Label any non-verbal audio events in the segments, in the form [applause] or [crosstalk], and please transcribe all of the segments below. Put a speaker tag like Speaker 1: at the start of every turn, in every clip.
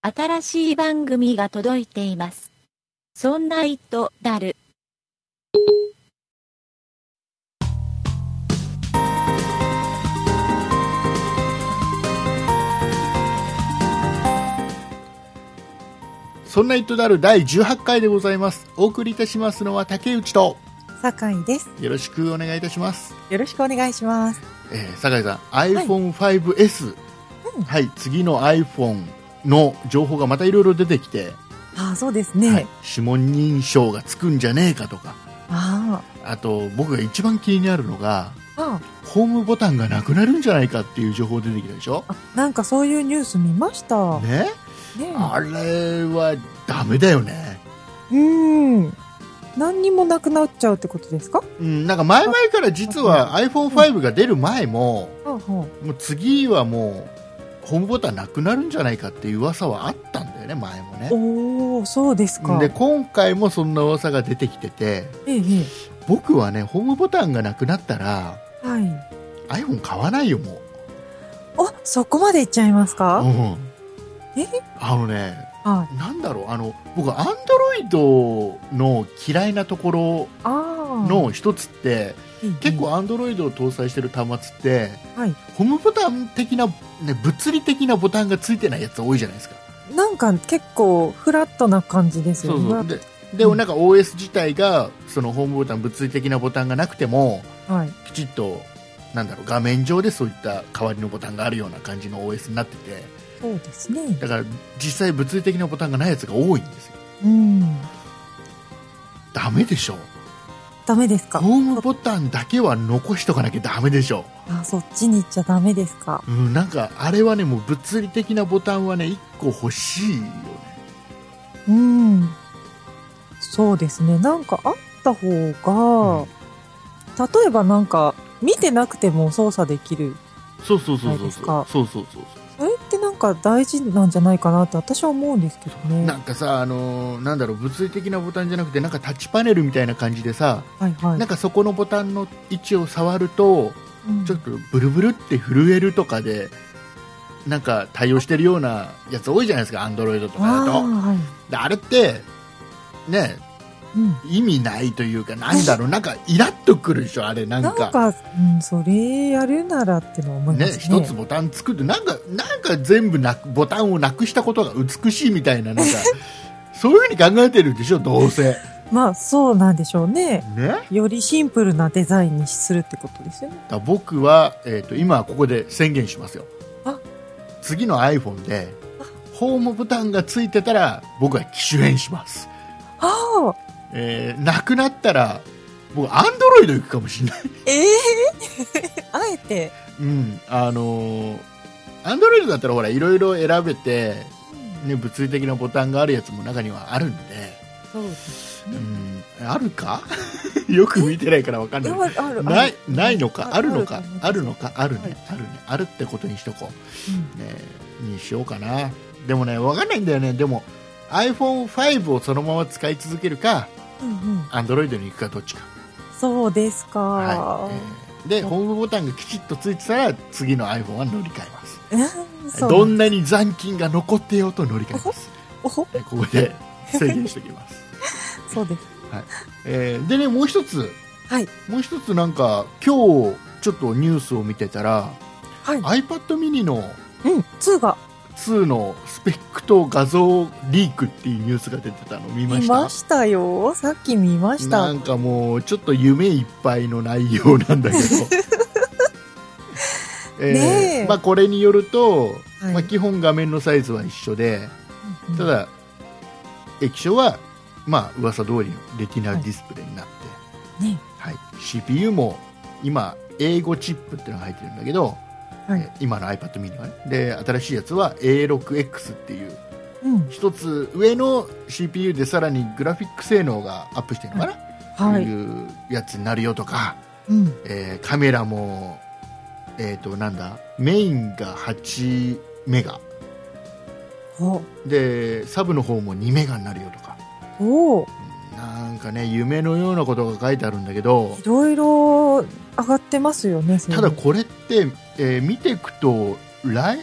Speaker 1: 新しい番組が届いています。そんな糸だる。
Speaker 2: そんな糸である第18回でございます。お送りいたしますのは竹内と、
Speaker 3: 酒井です。
Speaker 2: よろしくお願いいたします。
Speaker 3: よろしくお願いします。
Speaker 2: えー、酒井さん、iPhone5S。
Speaker 3: うん
Speaker 2: はい、次の iPhone の情報がまたいろいろ出てきて、
Speaker 3: ああ、そうですね。
Speaker 2: はい、指紋認証がつくんじゃねえかとか、
Speaker 3: あ
Speaker 2: あと僕が一番気になるのが、
Speaker 3: ああ
Speaker 2: ホームボタンがなくなるんじゃないかっていう情報出てきたでしょ
Speaker 3: あ、なんかそういうニュース見ました。ね
Speaker 2: ねあれはダメだよね。
Speaker 3: うーん。何にもなくなっちゃうってことですか
Speaker 2: うん、なんか前々から実は iPhone5 が出る前も、
Speaker 3: はあ、は
Speaker 2: もう次はもうホームボタンなくなるんじゃないかっていう噂はあったんだよね前もね
Speaker 3: あ、おおそうですか。
Speaker 2: で今回もそんな噂が出てきてて
Speaker 3: えええ
Speaker 2: 僕はねホームボタンがなくなったら
Speaker 3: えはい。
Speaker 2: iPhone 買わないよも
Speaker 3: あ、そこまでいっちゃいます
Speaker 2: う、う
Speaker 3: か
Speaker 2: ん、
Speaker 3: え
Speaker 2: あのね
Speaker 3: はい。
Speaker 2: なんだろうあの僕アンドロイドの嫌いなとこ
Speaker 3: ああ
Speaker 2: ろ。の一つって、
Speaker 3: ええ、
Speaker 2: 結構アンドロイドを搭載してる端末って、
Speaker 3: はい
Speaker 2: ホームボタン的な、ね、物理的なボタンがついてないやつ多いじゃないですか
Speaker 3: なんか結構フラットな感じです
Speaker 2: そ
Speaker 3: よ
Speaker 2: う
Speaker 3: ね。
Speaker 2: そうでで
Speaker 3: うん
Speaker 2: なんか OS 自体がそのホームボタン物理的なボタンがなくても
Speaker 3: はい。
Speaker 2: きちっとなんだろう画面上でそういった代わりのボタンがあるような感じの OS になってて
Speaker 3: そうですね。
Speaker 2: だから実際物理的なボタンがないやつが多いんですよ
Speaker 3: うん。
Speaker 2: ダメでしょ
Speaker 3: ダメですか
Speaker 2: ホームボタンだけは残しとかなきゃダメでしょ、
Speaker 3: あ、そっちに行っちゃダメですか
Speaker 2: うん、なんかあれはねもう物理的なボタンはね1個欲しいよね
Speaker 3: うん。そうですね。なんかあった方が、
Speaker 2: うん
Speaker 3: 例えばなんか、見てなくても操作できる。
Speaker 2: そうそうそう
Speaker 3: ない
Speaker 2: そう
Speaker 3: です
Speaker 2: そう
Speaker 3: か
Speaker 2: そうそうそう
Speaker 3: それってなんか大事なんじゃないかなって私は思うんですけどね。
Speaker 2: なんかさ、あのーなんだろう物理的なボタンじゃなくてなんかタッチパネルみたいな感じでさ、
Speaker 3: はいはい。
Speaker 2: なんかそこのボタンの位置を触ると
Speaker 3: うん
Speaker 2: ちょっとブルブルって震えるとかでなんか対応してるようなやつ多いじゃないですかアンドロイドとかだ
Speaker 3: あ
Speaker 2: と
Speaker 3: ーはい。
Speaker 2: であれってね
Speaker 3: うん。
Speaker 2: 意味ないというかなんだろうなんかイラッとくるでしょあれなん
Speaker 3: なん
Speaker 2: か
Speaker 3: か、うん、それやるならってのは思いま
Speaker 2: ね
Speaker 3: すね。
Speaker 2: 一つボタン作ってなんかなんか全部なくボタンをなくしたことが美しいみたいななん
Speaker 3: [laughs]
Speaker 2: かそういうふうに考えてるでしょどうせ
Speaker 3: まあそうなんでしょうね。
Speaker 2: ね
Speaker 3: よりシンプルなデザインにするってことですよね。
Speaker 2: だ僕は、えー、と今ここで宣言しますよ
Speaker 3: あ
Speaker 2: 次の iPhone でホームボタンがついてたら僕は機種変します、
Speaker 3: ああ
Speaker 2: えーなくなったら僕アンドロイド行くかもしれない、 [laughs]
Speaker 3: ええ [laughs] あえて。
Speaker 2: うんあのアンドロイドだったらほらいろいろ選べて、ね、物理的なボタンがあるやつも中にはあるんで、
Speaker 3: そうです。
Speaker 2: うん、あるか [laughs] よく見てないから分かん
Speaker 3: い
Speaker 2: ない
Speaker 3: やあるある
Speaker 2: ないないのか
Speaker 3: あ
Speaker 2: あるのかあ
Speaker 3: あ
Speaker 2: る
Speaker 3: る
Speaker 2: のかある
Speaker 3: は
Speaker 2: ね
Speaker 3: い
Speaker 2: あるねあるってことにしとこうね、にしようかなでもね分かんないんだよねでも iPhone5 をそのまま使い続けるか
Speaker 3: うんうんうん、
Speaker 2: Android に行くかどっちか、
Speaker 3: そうですか、
Speaker 2: はいえーでホームボタンがきちっとついてたら次の iPhone は乗り換えます
Speaker 3: うんそう
Speaker 2: どんなに残金が残ってようと乗り換え
Speaker 3: [laughs]
Speaker 2: ます
Speaker 3: おほ
Speaker 2: えーここ
Speaker 3: [laughs]
Speaker 2: で制限しておきます、
Speaker 3: そうです
Speaker 2: えーでねもう一つ
Speaker 3: はい
Speaker 2: もう一つなんか今日ちょっとニュースを見てたら
Speaker 3: はい
Speaker 2: iPad mini の
Speaker 3: うん2が
Speaker 2: 2のスペックと画像リークっていうニュースが出てたの見ま
Speaker 3: 見
Speaker 2: した
Speaker 3: ましたよさっき見ました
Speaker 2: なんかもうちょっと夢いっぱいの内容なんだ
Speaker 3: [laughs]
Speaker 2: けど、
Speaker 3: ねえ
Speaker 2: まあ、これによると、
Speaker 3: はい
Speaker 2: まあ、基本画面のサイズは一緒で
Speaker 3: うん
Speaker 2: ただ液晶はまあ噂通りのレティナルディスプレイになって、
Speaker 3: ね
Speaker 2: はい CPU も今英語チップっていうのが入ってるんだけど、
Speaker 3: はい
Speaker 2: えー今の iPad mini はねで新しいやつは A6X っていう
Speaker 3: うん
Speaker 2: 一つ上の CPU でさらにグラフィック性能がアップしてるのかな、
Speaker 3: は
Speaker 2: と
Speaker 3: い
Speaker 2: いうやつになるよとか、
Speaker 3: うん
Speaker 2: えーカメラも、えー、となんだメインが8メガ
Speaker 3: お
Speaker 2: でサブの方も2メガになるよとか
Speaker 3: お
Speaker 2: うんなんかね夢のようなことが書いてあるんだけど
Speaker 3: いろいろ上がってますよねそれ
Speaker 2: ただこれって、えー見ていくと来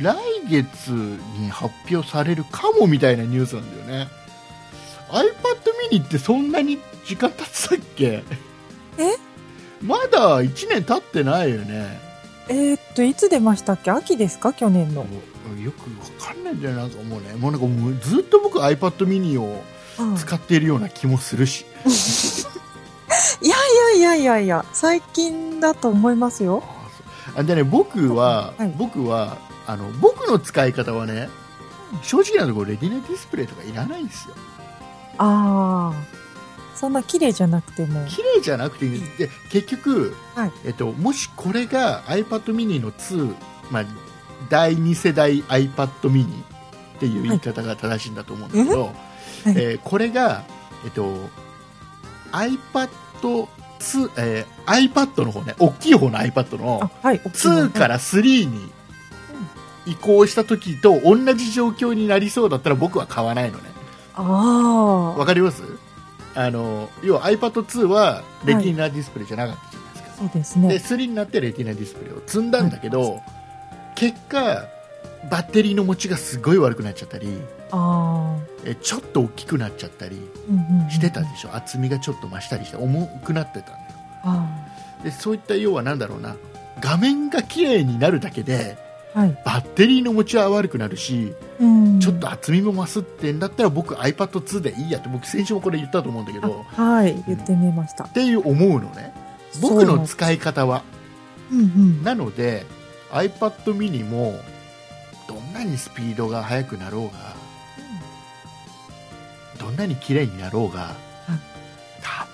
Speaker 2: 来月に発表されるかもみたいなニュースなんだよね iPad mini ってそんなに時間経ってたっけ
Speaker 3: え
Speaker 2: まだ1年経ってないよね
Speaker 3: えーっと、いつ出ましたっけ秋ですか去年の。
Speaker 2: よくわかんないんだよなんかもうねもうなんかもうずっと僕 iPad mini を
Speaker 3: うん
Speaker 2: 使っているような気もするし、
Speaker 3: いやいやいやいやいや、最近だと思いますよ。
Speaker 2: あそうあでね僕は、
Speaker 3: はい
Speaker 2: 僕はあの僕の使い方はね正直なところレティナディスプレイとかいらないんですよ
Speaker 3: ああ。そんな綺麗じゃなくても。
Speaker 2: 綺麗じゃなくていいんですで結局、
Speaker 3: はい
Speaker 2: えっと、もしこれが iPad mini の2、まあ、第2世代 iPad mini っていう言い方が正しいんだと思うんだけど、
Speaker 3: えはい
Speaker 2: えーこれが、えっと、iPad 2、えー iPad の方ね大きい方の iPad の
Speaker 3: あ、はい。。
Speaker 2: 2からら3に移行した時と同じ状況になりそうだったら僕は買わないのね
Speaker 3: あ
Speaker 2: わかりますあの要は iPad2 はレティーナディスプレイじゃなかったじゃないですか、
Speaker 3: あ。そうです
Speaker 2: で
Speaker 3: ね。
Speaker 2: 3になってレティーナディスプレイを積んだんだけど、結果バッテリーの持ちがすごい悪くなっちゃったり
Speaker 3: あ
Speaker 2: えちょっと大きくなっちゃったり
Speaker 3: あ。うんうん。
Speaker 2: してたでしょ、厚みがちょっと増したりして重くなってたんだよ
Speaker 3: あ
Speaker 2: でそういった要はなんだろうな画面が綺麗になるだけで
Speaker 3: あ。はい。
Speaker 2: バッテリーの持ちは悪くなるし、
Speaker 3: うん。
Speaker 2: ちょっと厚みも増すってんだったら僕 iPad2 でいいやって僕先週もこれ言ったと思うんだけどっ
Speaker 3: あ。はい。言ってみました。
Speaker 2: ていう思うのね僕の使い方は
Speaker 3: そうなんうんうん。
Speaker 2: なので iPad mini もどんなにスピードが速くなろうがどんなに綺麗になろうが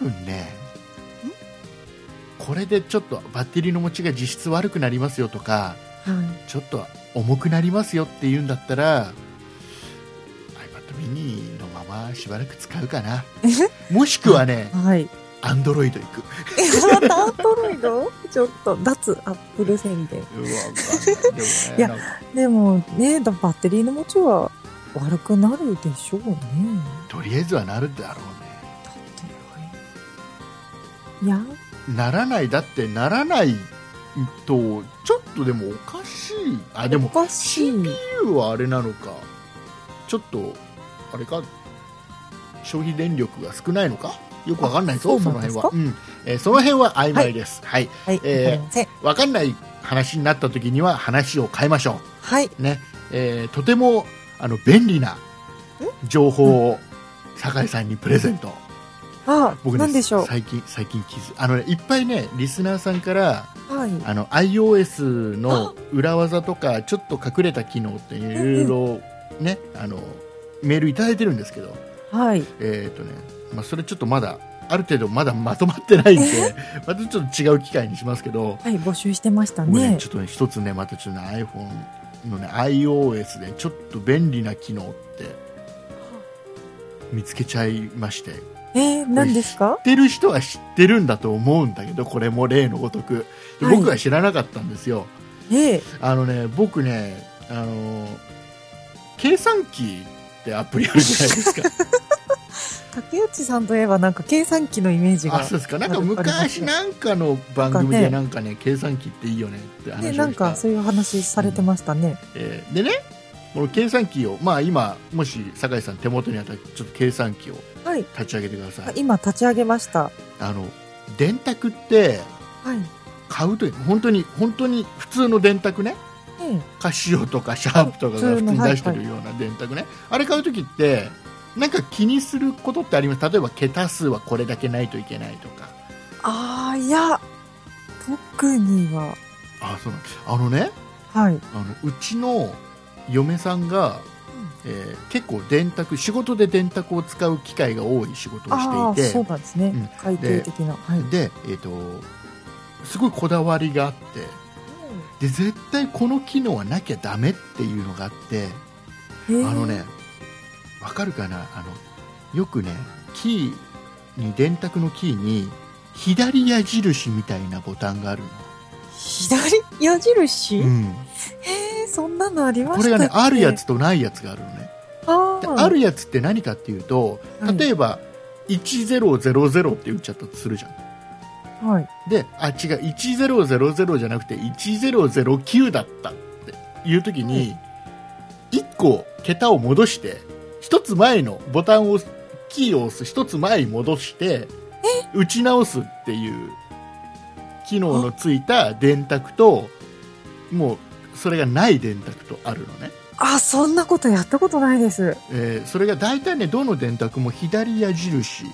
Speaker 2: 多分ねこれでちょっとバッテリーの持ちが実質悪くなりますよとか
Speaker 3: はい。
Speaker 2: ちょっと重くなりますよっていうんだったら iPad mini のまましばらく使うかなもしくはね [laughs]
Speaker 3: はい。
Speaker 2: Android 行く
Speaker 3: え、またアンドロイドちょっと、脱アップル宣言。
Speaker 2: うわ
Speaker 3: いやでもね、だバッテリーの持ちは悪くなるでしょうね。
Speaker 2: とりあえずはなるだろ
Speaker 3: だって、いや、
Speaker 2: うねならないだってならないとちょっとでもおかしいあで
Speaker 3: お
Speaker 2: も
Speaker 3: かしい。
Speaker 2: EU はあれなのかちょっとあれか消費電力が少ないのかよくわかんないぞ
Speaker 3: あ
Speaker 2: そ
Speaker 3: そう
Speaker 2: の
Speaker 3: なんです
Speaker 2: 辺
Speaker 3: か
Speaker 2: は、うんえーその辺は曖昧です、はい
Speaker 3: はい、
Speaker 2: えー
Speaker 3: わかりません
Speaker 2: わかんない話になった時には話を変えましょ
Speaker 3: はい、
Speaker 2: う、ねえーとてもあの便利な情報を酒井さんにプレゼント
Speaker 3: あ、
Speaker 2: 僕ね
Speaker 3: なんでしょ
Speaker 2: 最近最近気づあの、ね、いっぱいねリスナーさんから
Speaker 3: う。はい。
Speaker 2: あの iOS の裏技とかちょっと隠れた機能っていうのねあのメールいただいてるんですけど
Speaker 3: はい。
Speaker 2: えっ、とね、まあ、それちょっとまだある程度まだまとまってないん
Speaker 3: [laughs]
Speaker 2: でまたちょっと違う機会にしますけど、
Speaker 3: はい、募集してました
Speaker 2: 僕ね
Speaker 3: ね
Speaker 2: ち。ょっとね一つねまたちょっとね iPhone のね iOS でちょっと便利な機能って見つけちゃいまして知
Speaker 3: えー、何ですか
Speaker 2: ってる人は知ってるんだと思うんだけどこれも例のごとくで
Speaker 3: はい
Speaker 2: 僕は知らなかったんですよ、
Speaker 3: えー、
Speaker 2: あのね僕ねあの計算機ってアプリあるじゃないですか
Speaker 3: 竹内さんといえばなんか計算機のイメージが
Speaker 2: あ。そうですかなん
Speaker 3: [laughs] あ
Speaker 2: か
Speaker 3: る
Speaker 2: 昔なんかの番組で
Speaker 3: なんかね
Speaker 2: なんかね計算機っていいよねって話を
Speaker 3: で、
Speaker 2: した
Speaker 3: なんかそういう話されてましたね。
Speaker 2: えーでねこの計算機を、まあ、今もし酒井さん手元にあったらちょっと計算機を
Speaker 3: はい。
Speaker 2: 立ち上げてください
Speaker 3: 今立ち上げました。
Speaker 2: あの電卓って
Speaker 3: はい。
Speaker 2: 買うと本当に本当に普通の電卓ね
Speaker 3: えー
Speaker 2: カシオとかシャープとかが
Speaker 3: 普
Speaker 2: 普
Speaker 3: 通
Speaker 2: 通
Speaker 3: の
Speaker 2: に出してるような電卓ねあれ買う時ってなんか気にすることってあります例えば桁数はこれだけないといけないとか
Speaker 3: ああ、いや、特には。
Speaker 2: あそうなんですあのね
Speaker 3: はい。
Speaker 2: あのうちの嫁さんが、えー結構電卓仕事で電卓を使う機会が多い仕事を
Speaker 3: あ
Speaker 2: し
Speaker 3: あ
Speaker 2: ていて
Speaker 3: そうなんですね、
Speaker 2: うん
Speaker 3: 海底的なはい、
Speaker 2: で、えー、とすごいこだわりがあってで絶対この機能はなきゃダメっていうのがあって、
Speaker 3: へー
Speaker 2: あのねわかるかなあのよくねキーに電卓のキーに左矢印みたいなボタンがあるの、
Speaker 3: 左矢印、
Speaker 2: うん、
Speaker 3: へえそんなのありま
Speaker 2: こ
Speaker 3: し
Speaker 2: れ
Speaker 3: た
Speaker 2: が
Speaker 3: っけ
Speaker 2: ねあるやつとないやつがあるのね
Speaker 3: あ
Speaker 2: で
Speaker 3: ー
Speaker 2: あるやつって何かっていうと
Speaker 3: はい
Speaker 2: 例えば1000って打っちゃったとするじゃん
Speaker 3: はい
Speaker 2: であ違う1000じゃなくて1009だったっていう時に、個桁を戻して一つ前のボタンを押すキーを押す一つ前に戻して打ち直すっていう機能のついた電卓ともうそれがない電卓とあるのね、
Speaker 3: あ、そんなことやったことないです。
Speaker 2: えーそれが大体ねどの電卓も左矢印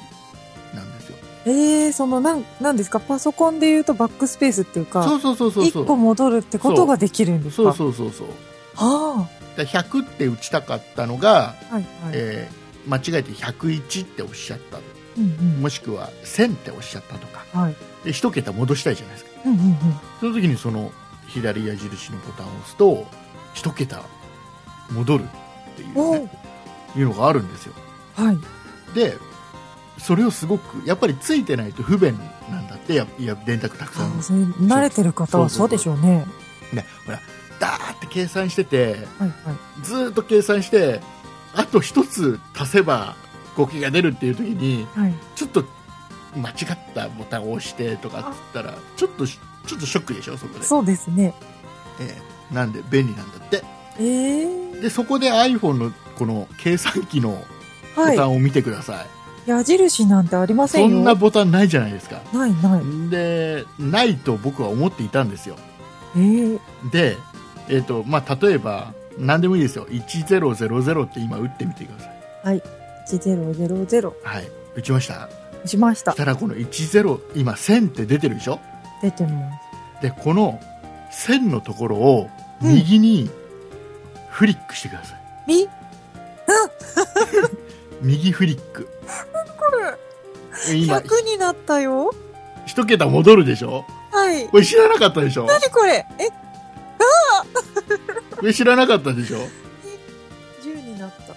Speaker 2: なんですよ
Speaker 3: ええその、なん、なんですか、パソコンで言うとバックスペースっていう
Speaker 2: そ
Speaker 3: か、
Speaker 2: うそうそうそう
Speaker 3: 一
Speaker 2: そう
Speaker 3: 個戻るってことができるんですか
Speaker 2: そうそうそうそう
Speaker 3: は
Speaker 2: だから100って打ちたかったのが、
Speaker 3: あ。はいはい。
Speaker 2: えー間違えて101っておっしゃった
Speaker 3: うん
Speaker 2: もしくは1000っておっしゃったとか
Speaker 3: うん。はい。
Speaker 2: で1桁戻したいじゃないですか
Speaker 3: うんうんうん。
Speaker 2: その時にその左矢印のボタンを押すと1桁戻るっていう,、ね、いうのがあるんですよ
Speaker 3: はい。
Speaker 2: でそれをすごくやっぱりついてないと不便なんだってやいや電卓たくさん
Speaker 3: あそれ慣れてる方はそうでしょうね。
Speaker 2: ねほらダーって計算してて
Speaker 3: はいはい。
Speaker 2: ずーっと計算してあと1つ足せば合計が出るっていう時に
Speaker 3: はい。
Speaker 2: ちょっと間違ったボタンを押してとかっつったらちょっとしちょっとショックでしょそこで、
Speaker 3: そうですね。
Speaker 2: ええなんで便利なんだって
Speaker 3: ええ
Speaker 2: でそこで iPhone のこの計算機のボタ
Speaker 3: は
Speaker 2: ンを見てください、
Speaker 3: い。矢印なんてありませ
Speaker 2: そ
Speaker 3: んよ。
Speaker 2: んなボタンないじゃないですか
Speaker 3: ないない。
Speaker 2: でないと僕は思っていたんですよ
Speaker 3: ええ
Speaker 2: で、えっとまあ、例えば何でもいいですよ1000って今打ってみてください
Speaker 3: 1000
Speaker 2: はい打ちました
Speaker 3: 押しまし
Speaker 2: そ
Speaker 3: た
Speaker 2: し。たらこの10今1000って出てるでしょ
Speaker 3: 出てます。
Speaker 2: でこの線のところを右にフリックしてください、
Speaker 3: み
Speaker 2: 右フリック今
Speaker 3: ?100 になったよ。
Speaker 2: 一桁戻るでしょ
Speaker 3: はい。
Speaker 2: これ知らなかったでしょ
Speaker 3: 何これえ、
Speaker 2: これ知らなかったでしょ、
Speaker 3: 10になった。あ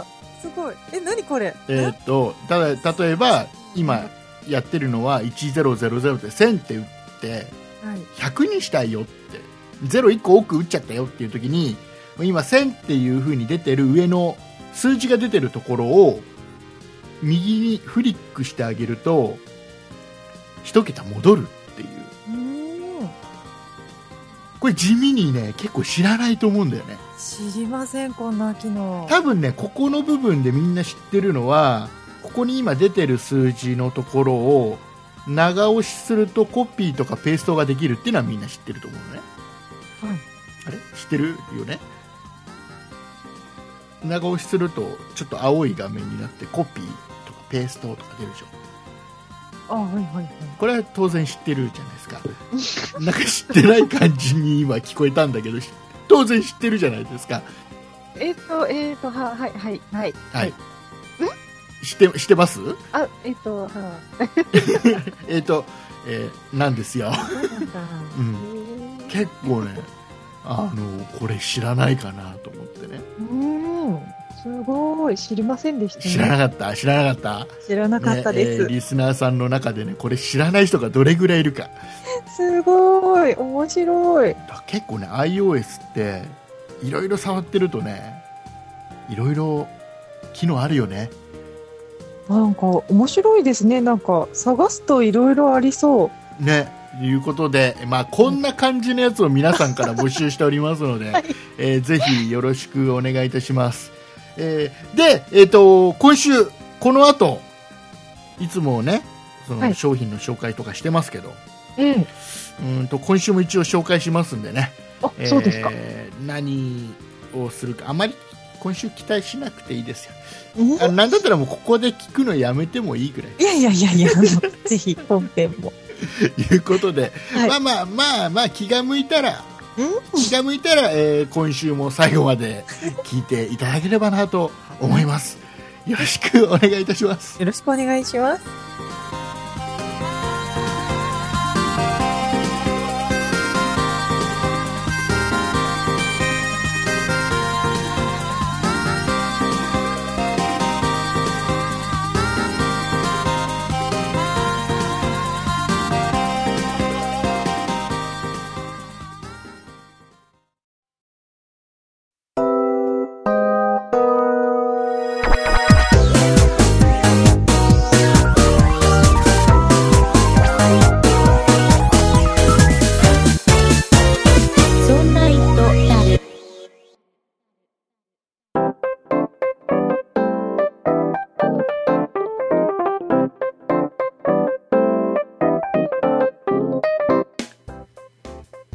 Speaker 3: あ、すごい。え、何これ
Speaker 2: えーっとただ例えば今やってるのは1000って1000って打って
Speaker 3: はい。
Speaker 2: 100にしたいよって01個多く打っちゃったよっていう時に今1000っていう風に出てる上の数字が出てるところを右にフリックしてあげると1桁戻るっていう
Speaker 3: うーん。
Speaker 2: これ地味にね結構知らないと思うんだよね
Speaker 3: 知りません、こんな機能。
Speaker 2: 多分ねここの部分でみんな知ってるのはここに今出てる数字のところを長押しするとコピーとかペーストができるっていうのはみんな知ってると思うのね
Speaker 3: はい。
Speaker 2: あれ知ってるよね長押しするとちょっと青い画面になってコピーとかペーストとか出るでしょ
Speaker 3: あ、はいはいはい。
Speaker 2: これは当然知ってるじゃないですかなんか知ってない感じに今聞こえたんだけどし当然知ってるじゃないですか
Speaker 4: えっ、と、えっ、と、は、はい、はい、はい。
Speaker 2: はい、知って知ってます
Speaker 4: あ、えっ、と、は、
Speaker 2: えっ、と、えーなんですよ、
Speaker 4: そうなんだ。
Speaker 2: うん
Speaker 4: へー
Speaker 2: 結構ねあのこれ知らないかなと思ってね
Speaker 4: うーん、すごい、知りませんでしたね。
Speaker 2: 知らなかった知らなかった
Speaker 4: 知らなかったで
Speaker 2: ね
Speaker 4: す。
Speaker 2: えーリスナーさんの中でねこれ知らない人がどれぐらいいるか
Speaker 4: すごい、面白い。
Speaker 2: だ結構ね iOS っていろいろ触ってるとねいろいろ機能あるよね
Speaker 3: なんか、面白いですね。なんか、探すといろいろありそう。
Speaker 2: ねということで、まあ、こんな感じのやつを皆さんから募集しております
Speaker 4: [laughs]
Speaker 2: ので、えーぜひよろしくお願いいたします、えーで、えー、と今週この後いつもねそ
Speaker 4: は
Speaker 2: の
Speaker 4: い
Speaker 2: 商品の紹介とかしてますけど、
Speaker 4: うん。
Speaker 2: うーんと今週も一応紹介しますんでね、
Speaker 4: あ、そうですか。
Speaker 2: えー何をするかあまり今週期待しなくていいですよ
Speaker 3: うん
Speaker 2: あなんだったらもうここで聞くのやめてもいいぐらい [laughs]
Speaker 3: いやいやいやいや、あのぜひ本編も。
Speaker 2: ということで、
Speaker 3: はい
Speaker 2: まあまあまあまあ気が向いたら気が向いたら、えー今週も最後まで聞いていただければなと思いますよろしくお願いいたします
Speaker 3: よろしくお願いします。
Speaker 5: 「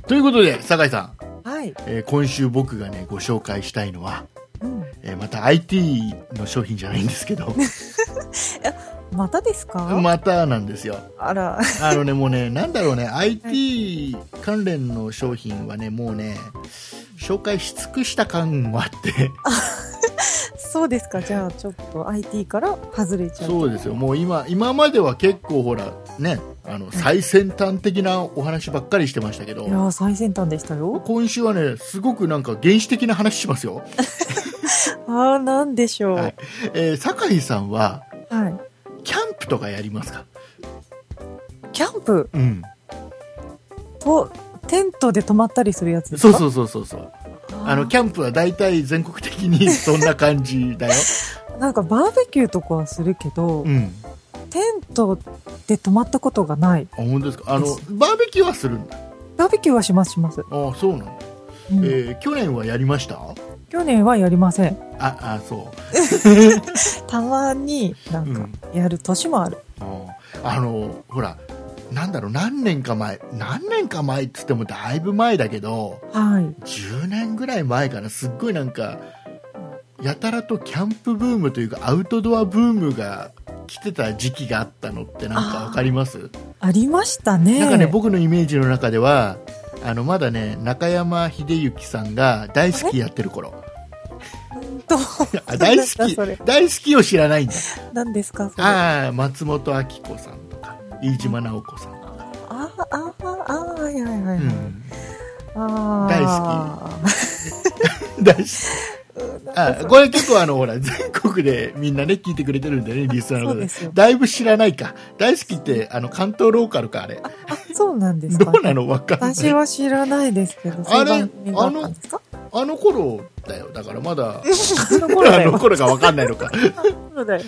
Speaker 2: ということで、酒井さん、
Speaker 3: はい。
Speaker 2: えー今週僕がね、ご紹介したいのは、
Speaker 3: うん。
Speaker 2: えーまた IT の商品じゃないんです
Speaker 4: [laughs]
Speaker 2: けど、
Speaker 3: またですか、
Speaker 2: またなんですよ。
Speaker 3: あら。 [laughs]
Speaker 2: あのね、もう [laughs] ね、なんだろうね、IT 関連の商品はね、もうね、紹介し尽くした感もあって、
Speaker 3: そうですか。じゃあ、ちょっと IT から外れちゃう。
Speaker 2: そうですよ、もう今、今までは結構ほら、ね、あの、最先端的なお話ばっかりしてましたけ
Speaker 3: いや
Speaker 2: ど、
Speaker 3: ー、最先端でしたよ。
Speaker 2: 今週はね、すごくなんか原始的な話しますよ。
Speaker 3: ああ、なんでしょう。
Speaker 2: は
Speaker 3: はいい。
Speaker 2: えー酒井さんは、キャンプとかやりますか
Speaker 3: キャンプ
Speaker 2: うん。
Speaker 3: と、テントで泊まったりするやつです
Speaker 2: そう
Speaker 3: か
Speaker 2: そうそうそうそう。
Speaker 3: う
Speaker 2: あの、キャンプは大体全国的にそんな感じだよ。
Speaker 3: なんかバーベキューとかはするけど、
Speaker 2: [laughs] うん。
Speaker 3: テントで泊まったことがない。
Speaker 2: あ、本当ですかあの、バーベキューはするんだ。
Speaker 3: バーベキューはしますします。
Speaker 2: あそうなんだ、
Speaker 3: うん
Speaker 2: えー去年はやりましたあ
Speaker 3: 去年はやりません。
Speaker 2: あそう
Speaker 3: たまになんかやる年もある。
Speaker 2: ああのほらなんだろう何年か前何年か前っつってもだいぶ前だけど
Speaker 3: はい。
Speaker 2: 10年ぐらい前かなすっごいなんかやたらとキャンプブームというかアウトドアブームが来てた時期があったのってなんかわかります
Speaker 3: ありましたね。
Speaker 2: なんかね僕のイメージの中ではあのまだね中山秀幸さんが大好きやってる頃
Speaker 3: と
Speaker 2: [laughs] あ大好
Speaker 3: なんだ
Speaker 2: き
Speaker 3: それ
Speaker 2: 大好きを知らないんだ
Speaker 3: [laughs] 何ですかそれあ
Speaker 2: ああ松本明子さんとか飯島直子さんとか、
Speaker 3: あ、ああ、ああ、はいはいは
Speaker 2: う
Speaker 3: い。
Speaker 2: ん、 [laughs]
Speaker 3: ああ。
Speaker 2: 大好き
Speaker 3: 大
Speaker 2: あーこれ結構あのほら全国でみんなね聞いてくれてるんでねリスナーの
Speaker 3: そう
Speaker 2: 方
Speaker 3: ですよ
Speaker 2: だいぶ知らないか大好きってあの関東ローカルかあれ
Speaker 3: き。そうなんです
Speaker 2: ど
Speaker 3: か
Speaker 2: う。なのわかんない
Speaker 3: 私は知らないですけど、
Speaker 2: あれ
Speaker 3: そういう番組がったんですか
Speaker 2: あの頃だよだからまだ
Speaker 3: あの頃
Speaker 2: あ
Speaker 3: だ [laughs] よ。
Speaker 2: の頃がわかんないのか
Speaker 3: あの頃だよ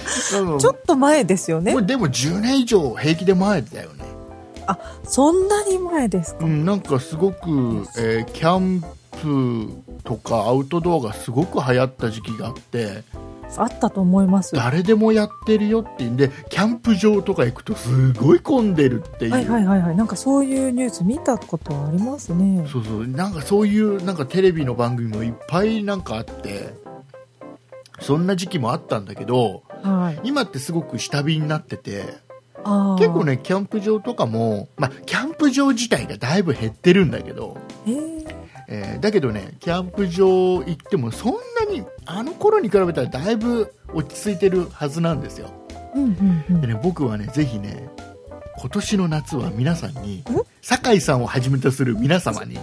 Speaker 2: うん
Speaker 3: ちょっと前ですよね
Speaker 2: も。うでも10年以上平気で前だよね、
Speaker 3: そんなに前ですか、
Speaker 2: うん、なんかすごく、えーキャンプとかアウトドアがすごく流行った時期があって
Speaker 3: あったと思います。は
Speaker 2: 誰でもやってるよっていうんでキャンプ場とか行くとすごい混んでるってい、
Speaker 3: いうはいはいはい。なんかそういうニュース見たことありますね。
Speaker 2: そうそうなんかそういうなんかテレビの番組もいっぱいなんかあってそんな時期もあったんだけど
Speaker 3: はい。
Speaker 2: 今ってすごく下火になってて
Speaker 3: ああ。
Speaker 2: 結構。ねキャンプ場とかも、まあ、キャンプ場自体がだいぶ減ってるんだけど、
Speaker 3: えー、
Speaker 2: えーだけどねキャンプ場行ってもそんなにあの頃に比べたらだいぶ落ち着いてるはずなんですよ
Speaker 3: うんうんうん
Speaker 2: で。ね、僕はね、ぜひね、今年の夏は皆さんに、酒井さんをはじめとする皆様に、
Speaker 3: は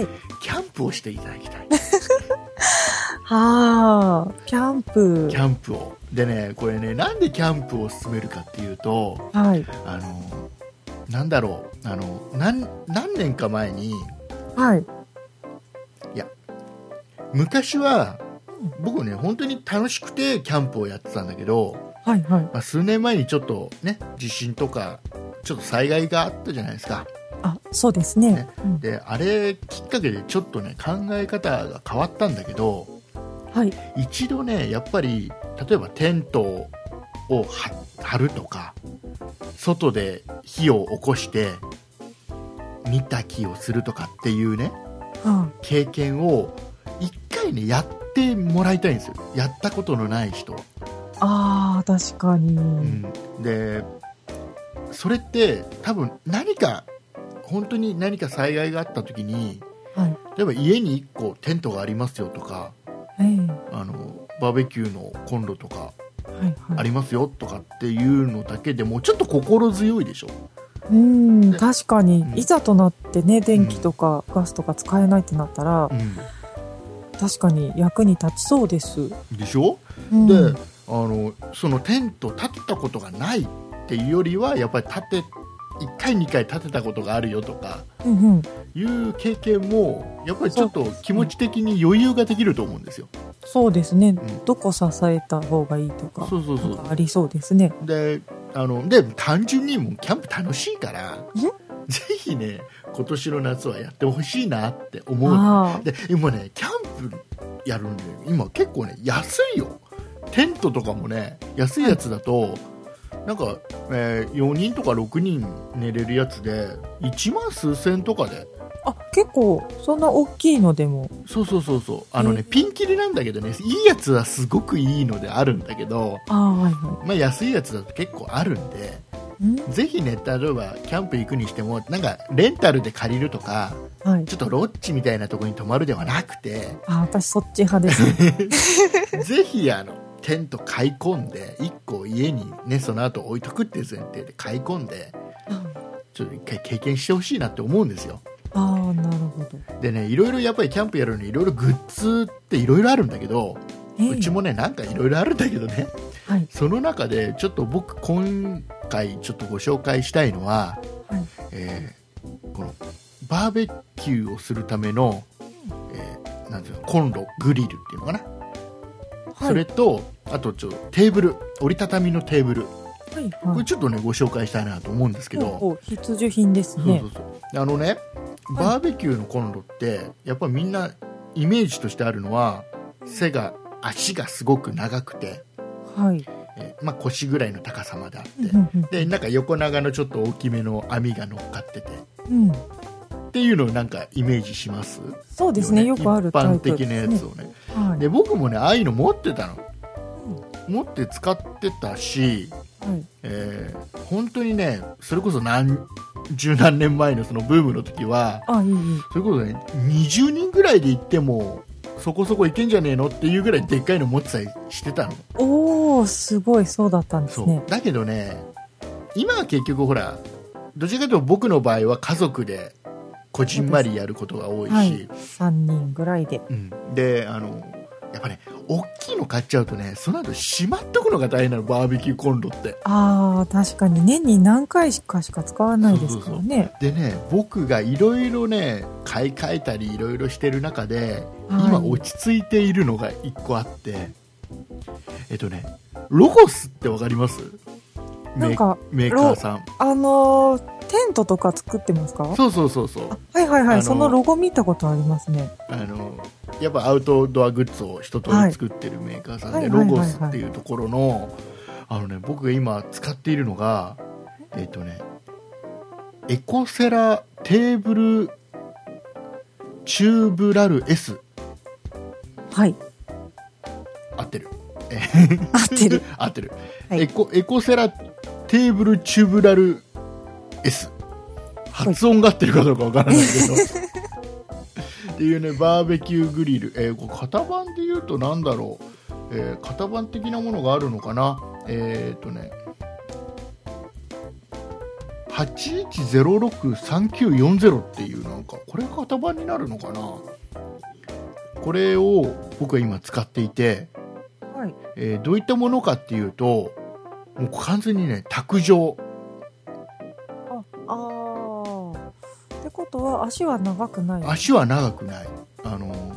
Speaker 3: い。
Speaker 2: キャンプをしていただきたい。
Speaker 3: はあ。キャンプ
Speaker 2: キ。ャンプを。でね、これね、なんでキャンプを勧めるかっていうと、
Speaker 3: はい。
Speaker 2: あの、なんだろう、あの、なん何年か前に、
Speaker 3: はい。
Speaker 2: 昔は、僕ね、本当に楽しくてキャンプをやってたんだけど、
Speaker 3: はいはい。
Speaker 2: まあ、数年前にちょっとね、地震とか、ちょっと災害があったじゃないですか。
Speaker 3: あ、そうですね。
Speaker 2: ね
Speaker 3: うん
Speaker 2: であれきっかけでちょっとね考え方が変わったんだけど
Speaker 3: はい。
Speaker 2: 一度ねやっぱり例えばテントを張張るとか外で火を起こして煮炊きをするとかっていうね
Speaker 3: は
Speaker 2: 経験を一回ねやってもらいたいんですよやったことのない人は、
Speaker 3: ああ、確かに。
Speaker 2: うん、でそれって多分何か本当に何か災害があった時に
Speaker 3: はい。
Speaker 2: 例えば家に1個テントがありますよとか
Speaker 3: ええ
Speaker 2: あのバーベキューのコンロとか
Speaker 3: はい
Speaker 2: あ
Speaker 3: はい。
Speaker 2: りますよとかっていうのだけでもちょっと心強いでしょ
Speaker 3: うん、確かに
Speaker 2: うん。
Speaker 3: いざとなってね、電気とかガスとか使えないってなったら、確かに役に立ちそうです。
Speaker 2: でしょ、
Speaker 3: うん
Speaker 2: であのそのテント立てたことがないっていうよりはやっぱり立て1回2回立てたことがあるよとか
Speaker 3: うんうん。
Speaker 2: いう経験もやっぱりちょっと気持ち的に余裕ができると思うんですよ。
Speaker 3: そうですね、
Speaker 2: ん
Speaker 3: どこ支えた方がいいとか
Speaker 2: そうそうそ
Speaker 3: なん
Speaker 2: う
Speaker 3: かありそうですね
Speaker 2: であので単純にもうキャンプ楽しいから
Speaker 3: え
Speaker 2: ぜひね今年の夏はやってほしいなって思う
Speaker 3: あ
Speaker 2: で今ねキャンプやるんで今結構ね安いよテントとかもね安いやつだと、なんか、え4人とか6人寝れるやつで1万数千とかで
Speaker 3: ああ、結構、そんな大きいのでも。
Speaker 2: そうそうそうそうあのね、
Speaker 3: え
Speaker 2: ピンキリなんだけどねいいやつはすごくいいのであるんだけど、
Speaker 3: ああ、はいは
Speaker 2: まあ、安いやつだと結構あるんで
Speaker 3: い。ん
Speaker 2: ぜひね例えばキャンプ行くにしてもなんかレンタルで借りるとか
Speaker 3: はい。
Speaker 2: ちょっとロッジみたいなところに泊まるではなくて [laughs]
Speaker 3: あ、私そっち派です。
Speaker 2: ぜひあのテント買い込んで1個家にねその後置いとくっていう前提で買い込んでちょっと一回経験してほしいなって思うんですよ
Speaker 3: ああ、なるほど。
Speaker 2: でねいろいろやっぱりキャンプやるのにいろいろグッズっていろいろあるんだけど
Speaker 3: ええ
Speaker 2: うちもねなんかいろいろあるんだけどね
Speaker 3: はい。
Speaker 2: その中でちょっと僕今回ちょっとご紹介したいのは、
Speaker 3: はい
Speaker 2: えーこのバーベキューをするための、えーなんていうのコンログリルっていうのかな、それとあとちょっとテーブル折りたたみのテーブル
Speaker 3: はい、
Speaker 2: こ
Speaker 3: は
Speaker 2: れ
Speaker 3: い。
Speaker 2: ちょっとねご紹介したいなと思うんですけど、
Speaker 3: おうおう必需品です
Speaker 2: そう
Speaker 3: ね
Speaker 2: そう。そうあのねバーベキューのコンロってやっぱりみんなイメージとしてあるのは背が足がすごく長くて、
Speaker 3: はい。
Speaker 2: えーまあ、腰ぐらいの高さまであって、
Speaker 3: うんうん
Speaker 2: でなんか横長のちょっと大きめの網が乗っかっててっ
Speaker 3: うん。うん
Speaker 2: ていうのをなんかイメージします
Speaker 3: そうですね。よくある
Speaker 2: 一
Speaker 3: タ
Speaker 2: 般
Speaker 3: イプ
Speaker 2: 的
Speaker 3: です
Speaker 2: な
Speaker 3: ね。
Speaker 2: やつをね
Speaker 3: はい。
Speaker 2: で僕もねああいうの持ってたの、持って使ってたし、
Speaker 3: はい。
Speaker 2: えー本当にねそれこそ何十何年前のそのブームの時は
Speaker 3: あ、いいいい。
Speaker 2: それこそね20人ぐらいで行ってもそこそこいけんじゃねえのっていうぐらいでっかいの持ってたりしてたの
Speaker 3: おお、すごい、そうだったんです
Speaker 2: そう、
Speaker 3: ね。
Speaker 2: だけどね今は結局ほらどちらかというと僕の場合は家族でこじんまりやることが多いし、
Speaker 3: はい三人ぐらいで。
Speaker 2: うんであのやっぱね大きいの買っちゃうとねその後しまっとくのが大変なのバーベキューコンロって
Speaker 3: ああ、確かに年に何回しかしか使わないですからね。
Speaker 2: でね僕がいろいろね買い替えたりいろいろしてる中で今
Speaker 3: はい
Speaker 2: 落ち着いているのが1個あってえっとねロゴスってわかります
Speaker 3: なんか
Speaker 2: メーメーカーさん
Speaker 3: あのー、テントとか作ってますか
Speaker 2: そうそうそうそう
Speaker 3: あはいはい
Speaker 2: あ
Speaker 3: は
Speaker 2: のー
Speaker 3: い。そのロゴ見たことありますね。
Speaker 2: あのやっぱアウトドアグッズを一通り作ってるメーカーさんで、
Speaker 3: はい
Speaker 2: ロゴスっていうところのあの、ね、僕が今使っているのが、えっとね、エコセラテーブルチューブラル S [laughs]
Speaker 3: はい。
Speaker 2: 合ってる
Speaker 3: 合ってる。
Speaker 2: [laughs] 合ってる、
Speaker 3: はい
Speaker 2: エコエコセラテーブルチューブラル S 発音が合ってるかどうかわからないけど [laughs] っていうねバーベキューグリル、えーこう型番で言うとなんだろう、えー型番的なものがあるのかなえーっ、とね81063940っていうなんかこれが型番になるのかなこれを僕は今使っていて
Speaker 3: はい。
Speaker 2: えーどういったものかっていうともう完全にね卓上
Speaker 3: あ、あーってことは足は長くない。
Speaker 2: 足は長くないあのー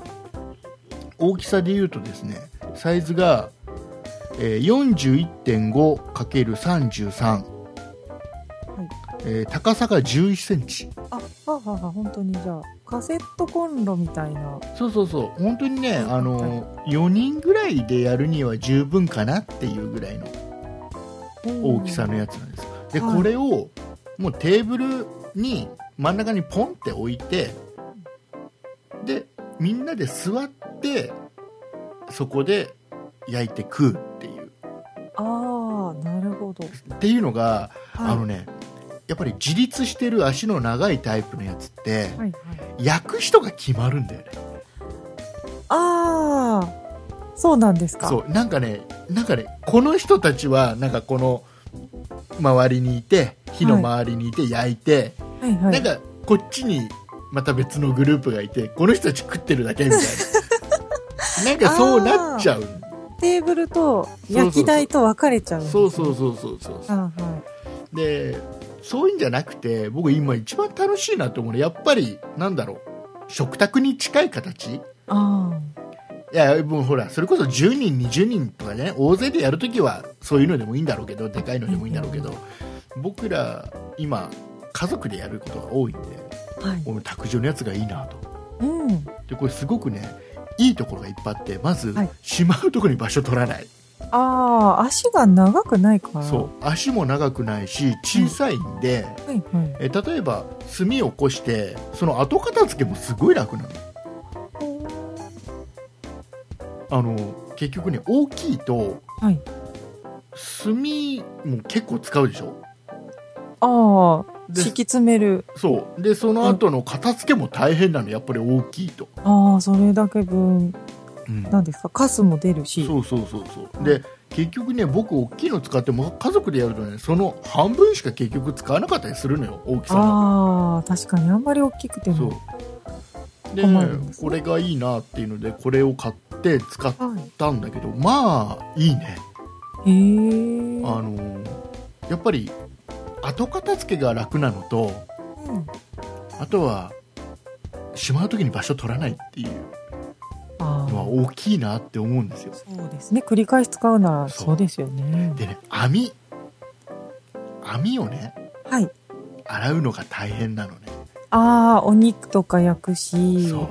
Speaker 2: 大きさで言うとですねサイズが、えー 41.5×33、えー高さが1 1センチ
Speaker 3: あ、はあはあはあ本当にじゃあ、カセットコンロみたいな。
Speaker 2: そうそうそう本当にね、あのー4人ぐらいでやるには十分かなっていうぐらいの大きさのやつなんですで
Speaker 3: はい
Speaker 2: これをもうテーブルに真ん中にポンって置いてでみんなで座ってそこで焼いて食うっていう
Speaker 3: ああ、なるほど。
Speaker 2: っていうのが、
Speaker 3: はい
Speaker 2: あのねやっぱり自立してる足の長いタイプのやつって、
Speaker 3: はいはい。
Speaker 2: 焼く人が決まるんだよね
Speaker 3: ああ、そうなんですか。
Speaker 2: そうなんかねなんかねこの人たちはなんかこの周りにいて火の周りにいて焼いて、
Speaker 3: はいはい。
Speaker 2: なんかこっちにまた別のグループがいてこの人たち食ってるだけみたい [laughs] ななんかそうなっちゃう
Speaker 3: テーブルと焼き台と分かれちゃうんです
Speaker 2: そ
Speaker 3: ね
Speaker 2: うそうそうそうそうそ
Speaker 3: あは
Speaker 2: うでそういうんじゃなくて僕今一番楽しいなと思うのはやっぱりなんだろう食卓に近い形い
Speaker 3: い。あ
Speaker 2: やもうほらそれこそ10人20人とかね大勢でやるときはそういうのでもいいんだろうけどでかいのでもいいんだろうけど僕ら今家族でやることが多いんで
Speaker 3: あ。はい。
Speaker 2: この卓上のやつがいいなと
Speaker 3: うん。
Speaker 2: でこれすごくねいいところがいっぱいあってまず、
Speaker 3: はい
Speaker 2: しまうところに場所取らない
Speaker 3: あああ、足が長くないから。
Speaker 2: そう足も長くないし小さいんで、
Speaker 3: う。はいはい。
Speaker 2: え例えば炭を起こしてその後片付けもすごい楽なのあの結局ね大きいと
Speaker 3: はい。
Speaker 2: 炭も結構使うでしょ
Speaker 3: ああ、
Speaker 2: で
Speaker 3: 敷き詰める。
Speaker 2: そうでその後の片付けも大変なのやっぱり大きいと、
Speaker 3: ああ、それだけ分、
Speaker 2: うん
Speaker 3: なんですか、カスも出るし。
Speaker 2: そうそうそうそうで結局ね僕大きいの使っても家族でやるとねその半分しか結局使わなかったりするのよ大きさが
Speaker 3: ああ、確かにあんまり大きくて
Speaker 2: そう
Speaker 3: も。
Speaker 2: で
Speaker 3: 困るんですね
Speaker 2: これがいいなっていうのでこれを買って使っ
Speaker 4: はい。
Speaker 2: たんだけどまあいいね
Speaker 3: へえ。
Speaker 2: あ
Speaker 3: う
Speaker 2: の
Speaker 3: ん
Speaker 2: ーやっぱり後片付けが楽なのとあとはしまう時に場所取らないっていう
Speaker 3: あ
Speaker 2: のは
Speaker 3: あ、
Speaker 2: 大きいなって思うんですよ
Speaker 3: そうですね。繰り返し使うなら
Speaker 2: そう
Speaker 3: そうですよね。
Speaker 2: でね網網をね
Speaker 3: はい。
Speaker 2: 洗うのが大変なのね
Speaker 3: ああ、お肉とか焼くし。
Speaker 2: そう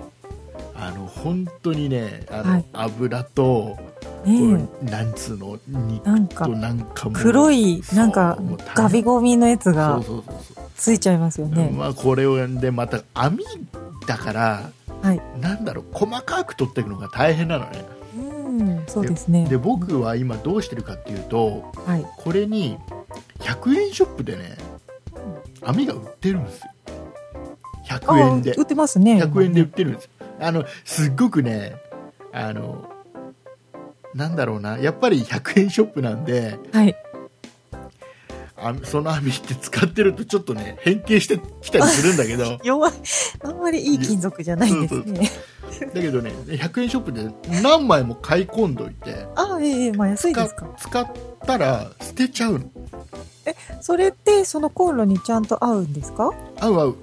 Speaker 2: あの本当にねあの、
Speaker 3: はい
Speaker 2: 油と、
Speaker 3: ね
Speaker 2: このなんつうの
Speaker 3: え。な
Speaker 2: 肉
Speaker 3: んか
Speaker 2: と、なんかもう
Speaker 3: 黒い、
Speaker 2: そう
Speaker 3: なんか
Speaker 2: もう大変、
Speaker 3: ガビゴミのやつ
Speaker 2: そ
Speaker 3: が
Speaker 2: うそうそうそう
Speaker 3: ついちゃいますよね。
Speaker 2: まあ、これをでまた網だから、
Speaker 3: はい
Speaker 2: なんだろう細かく取っていくのが大変なのね
Speaker 3: うん、そうですね。
Speaker 2: で僕は今どうしてるかっていうと
Speaker 3: はい。
Speaker 2: これに100円ショップでね網が売ってるんですよ
Speaker 3: あ
Speaker 2: 100
Speaker 3: あ、
Speaker 2: 円で
Speaker 3: 売ってますね。
Speaker 2: 100円で売ってるんですあのすっごくねあのなんだろうなやっぱり100円ショップなんで
Speaker 3: はい。
Speaker 2: あその網って使ってるとちょっとね変形してきたりするんだ
Speaker 3: [laughs]
Speaker 2: けど
Speaker 3: 弱い。あんまりいい金属じゃないですね。
Speaker 2: だけどね100円ショップで何枚も買い込んどいて
Speaker 3: あええまあ安いで
Speaker 2: 使
Speaker 3: すか。
Speaker 2: 使ったら捨てちゃうの
Speaker 3: それって、そのコンロにちゃんと合うんですか
Speaker 2: 合う合う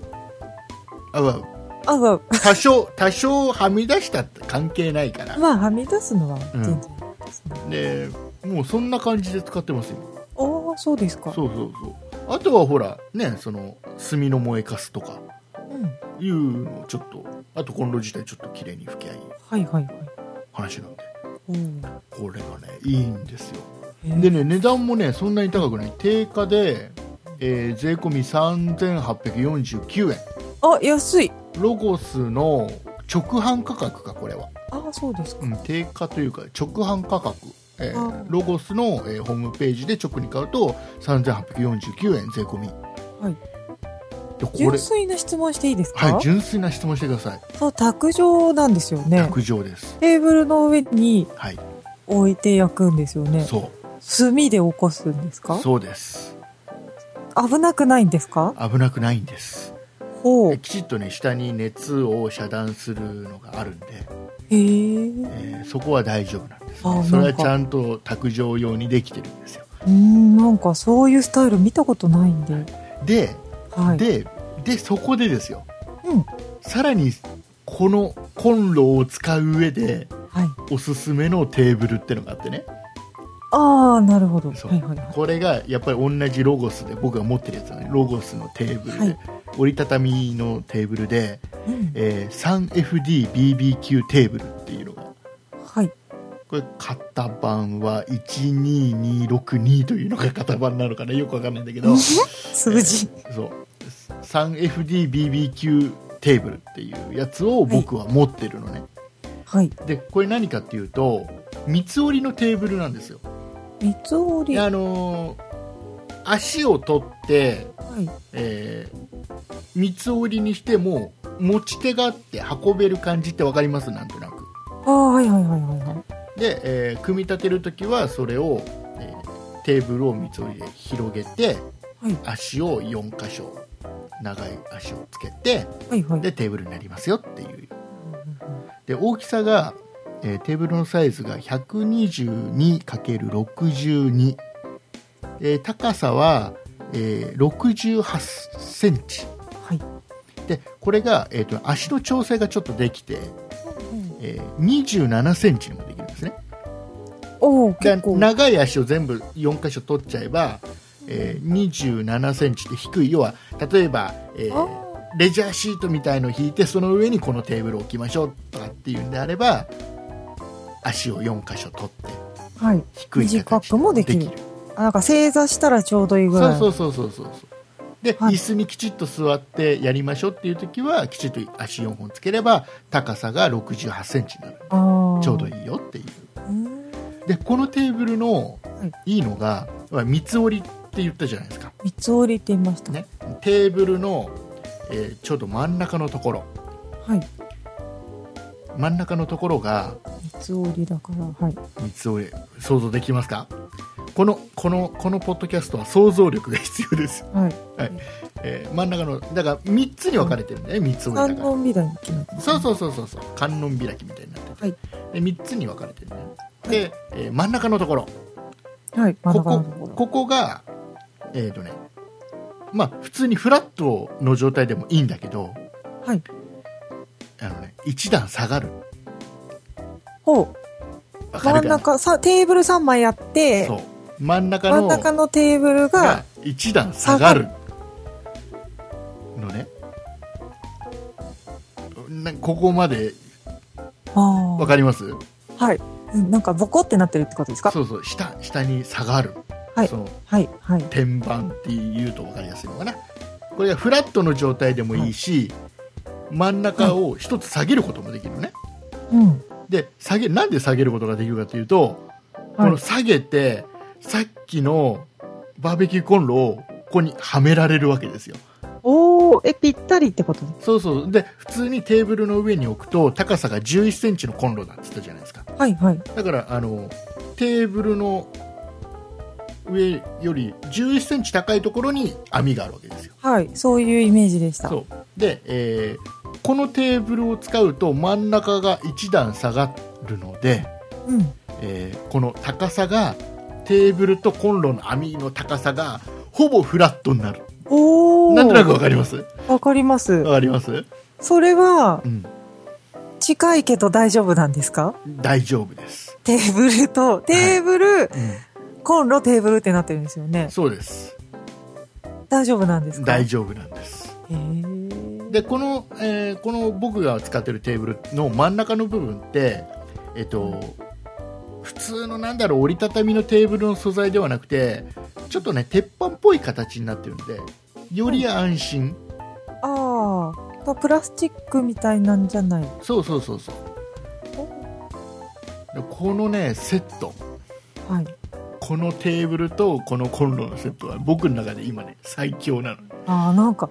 Speaker 2: 合う合う
Speaker 3: 合う合う。
Speaker 2: 多少 [laughs] 多少はみ出したって関係ないから
Speaker 3: まあ、はみ出すのは全然ですね。
Speaker 2: でもうそんな感じで使ってますよ
Speaker 3: ああ、そうですか。
Speaker 2: そうそうそうあとはほらねその炭の燃えかすとか
Speaker 3: うん。はい
Speaker 2: いうのをちょっとあとコンロ自体ちょっと綺麗に拭きゃいい
Speaker 3: はいはい。
Speaker 2: 話なんで
Speaker 3: うん
Speaker 2: これがねいいんですよ
Speaker 3: えー
Speaker 2: でね値段もねそんなに高くない定価で、えー税込み3849円
Speaker 3: あ、安い。
Speaker 2: ロゴスの直販価格かこれは、
Speaker 3: ああ、そうですか。
Speaker 2: うん、定価というか直販価格、えー
Speaker 3: あー
Speaker 2: ロゴスの、えーホームページで直に買うと3849円税込みはいでこ
Speaker 3: 純
Speaker 2: れ
Speaker 3: 粋な質問していいですか、
Speaker 2: はい純粋な質問してください
Speaker 3: そう、卓上なんですよね。
Speaker 2: 卓上です
Speaker 3: テーブルの上に
Speaker 2: はい
Speaker 3: 置いて焼くんですよね。
Speaker 2: そ
Speaker 3: 炭で起こすんです
Speaker 2: う
Speaker 3: か
Speaker 2: そうです
Speaker 3: 危なくないんですか
Speaker 2: 危なくないんです
Speaker 3: ほう。
Speaker 2: で
Speaker 3: へ
Speaker 2: きちっとね下に熱を遮断するのがあるんで、え
Speaker 3: え。
Speaker 2: ーそこは大丈夫なんです、
Speaker 3: あ
Speaker 2: ね、
Speaker 3: ー
Speaker 2: それ
Speaker 3: な
Speaker 2: は
Speaker 3: んか
Speaker 2: ちゃんと卓上用にできてるんですよ
Speaker 3: うーん、なんかそういうスタイル見たことないんで。
Speaker 2: で
Speaker 3: はい。
Speaker 2: ででそこでですよ、
Speaker 3: うん
Speaker 2: さらにこのコンロを使う上で
Speaker 3: はい。
Speaker 2: おすすめのテーブルってのがあってね
Speaker 3: ああ、なるほど。
Speaker 2: そ
Speaker 3: は
Speaker 2: う
Speaker 3: いはいはい。
Speaker 2: これがやっぱり同じロゴスで僕が持ってるやつはねロゴスのテーブルで、
Speaker 3: はい
Speaker 2: 折りたたみのテーブルで、
Speaker 3: うん
Speaker 2: えー 3FDBBQ テーブルっていうのが
Speaker 3: はい。
Speaker 2: これ型番は12262というのが型番なのかなよくわかんないんだけ
Speaker 3: [laughs]
Speaker 2: ど
Speaker 3: 数字。
Speaker 2: そう 3FDBBQ テーブルっていうやつを僕は持ってるのね、
Speaker 3: はい。
Speaker 2: でこれ何かっていうと三つ折りのテーブルなんですよ、
Speaker 3: 三つ折り。
Speaker 2: で
Speaker 3: は
Speaker 2: あのー足を取って、
Speaker 3: い。
Speaker 2: えー三つ折りにしても持ち手があって運べる感じって分かりますなんとなく
Speaker 3: ああ、はいはいはいはいはい。
Speaker 2: で、えー組み立てるときはそれを、えーテーブルを三つ折りで広げて、
Speaker 3: はい
Speaker 2: 足を4箇所長い足をつけて
Speaker 3: はいはい。
Speaker 2: でテーブルになりますよっていうで大きさが、えーテーブルのサイズが 122×62、えー高さは、えー68センチ
Speaker 3: はい。
Speaker 2: でこれが、えー、と足の調整がちょっとできて、え27センチにもできるんですね
Speaker 3: おお、
Speaker 2: で
Speaker 3: 結構。
Speaker 2: 長い足を全部4箇所取っちゃえば、え2 7センチって低い要は例えば、えー
Speaker 3: あー
Speaker 2: レジャーシートみたいのを引いてその上にこのテーブルを置きましょうとかっていうんであれば足を4箇所取って
Speaker 3: はい。
Speaker 2: 低い
Speaker 3: 短
Speaker 2: 形
Speaker 3: くもできるあ、なんか正座したらちょうどいいぐ
Speaker 2: そ
Speaker 3: ら
Speaker 2: う
Speaker 3: い。
Speaker 2: そうそうそうそうそうで、
Speaker 3: はい
Speaker 2: 椅子にきちっと座ってやりましょうっていう時はきちっと足4本つければ高さが6 8センチになる
Speaker 3: ああ。
Speaker 2: ちょうど
Speaker 3: い。
Speaker 2: いいよっていうでこのテーブルの
Speaker 3: い
Speaker 2: いいのがまあ三つ折りって言ったじゃないですか、
Speaker 3: 三つ折りって言いました。
Speaker 2: ね、テーブルの、えーちょうど真ん中のところ
Speaker 3: はい。
Speaker 2: 真ん中のところが
Speaker 3: 三つ折りだから、はい。
Speaker 2: 三つ折り想像できますかこのこのこのポッドキャストは想像力が必要です
Speaker 3: はい。
Speaker 2: えー真ん中のだから3つに分かれてるんだよね3つ折り
Speaker 3: 三
Speaker 2: だか
Speaker 3: 本美談に決め
Speaker 2: ら
Speaker 3: た。
Speaker 2: そうそうそうそうそう観音開きみたいになってて、で3つに分かれてるんだよで、えー真ん中のところ
Speaker 3: はい。真
Speaker 2: こ
Speaker 3: ん中
Speaker 2: こ
Speaker 3: のところ。
Speaker 2: ここがえっ、とねまあ普通にフラットの状態でもいいんだけど
Speaker 3: はい。
Speaker 2: あの、ね、1段下がる
Speaker 3: ほう。
Speaker 2: わか
Speaker 3: 真
Speaker 2: る
Speaker 3: ん
Speaker 2: かな
Speaker 3: 中、さ、テーブル三枚やって、
Speaker 2: そう真ん中
Speaker 3: 真ん
Speaker 2: の
Speaker 3: 中のテーブル
Speaker 2: が
Speaker 3: が、
Speaker 2: 1段下がるのねなここまで
Speaker 3: ああ
Speaker 2: 分かります
Speaker 3: はい。うんなんかボコってなってるってことですか
Speaker 2: そうそう下下に下がる、
Speaker 3: はい
Speaker 2: その
Speaker 3: はい。はい。
Speaker 2: 天板っていうと分かりやすいのかなこれがフラットの状態でもいいし、真ん中を一つ下げることもできるのね、
Speaker 3: うん。
Speaker 2: で下げなんで下げることができるかというと、この下げてさっきのバーベキューコンロをここにはめられるわけですよ
Speaker 4: おお、え、ぴったりってこと
Speaker 2: そうそうで普通にテーブルの上に置くと高さが1 1センチのコンロだって言ったじゃないですか
Speaker 3: はい。はい。
Speaker 2: だからあのテーブルの上より1 1センチ高いところに網があるわけですよ
Speaker 3: はい。そういうイメージでした。は
Speaker 2: そうで、えーこのテーブルを使うと真ん中が1段下がるので、
Speaker 3: うん。
Speaker 2: えーこの高さがテーブルとコンロの網の高さがほぼフラットになる
Speaker 3: おお。
Speaker 2: なんとなくわかりますわ
Speaker 3: わかります。
Speaker 2: かります、
Speaker 3: それは
Speaker 2: う、ん、
Speaker 3: 近いけど大丈夫なんですか
Speaker 2: 大丈夫です、
Speaker 3: テーブルと、テーブル、コンロ、テーブルってなってるんですよね。
Speaker 2: そうです
Speaker 3: 大丈夫なんですか
Speaker 2: 大丈夫なんです
Speaker 3: へー
Speaker 2: でこの、えーこの僕が使ってるテーブルの真ん中の部分ってえっ、と普通のなんだろう折りたたみのテーブルの素材ではなくてちょっとね鉄板っぽい形になってるんでより安心、
Speaker 3: ああ。プラスチックみたいなんじゃない。
Speaker 2: そうそうそうそうでこのねセット
Speaker 3: はい。
Speaker 2: このテーブルとこのコンロのセットは僕の中で今ね最強なの
Speaker 3: ああ、なんか、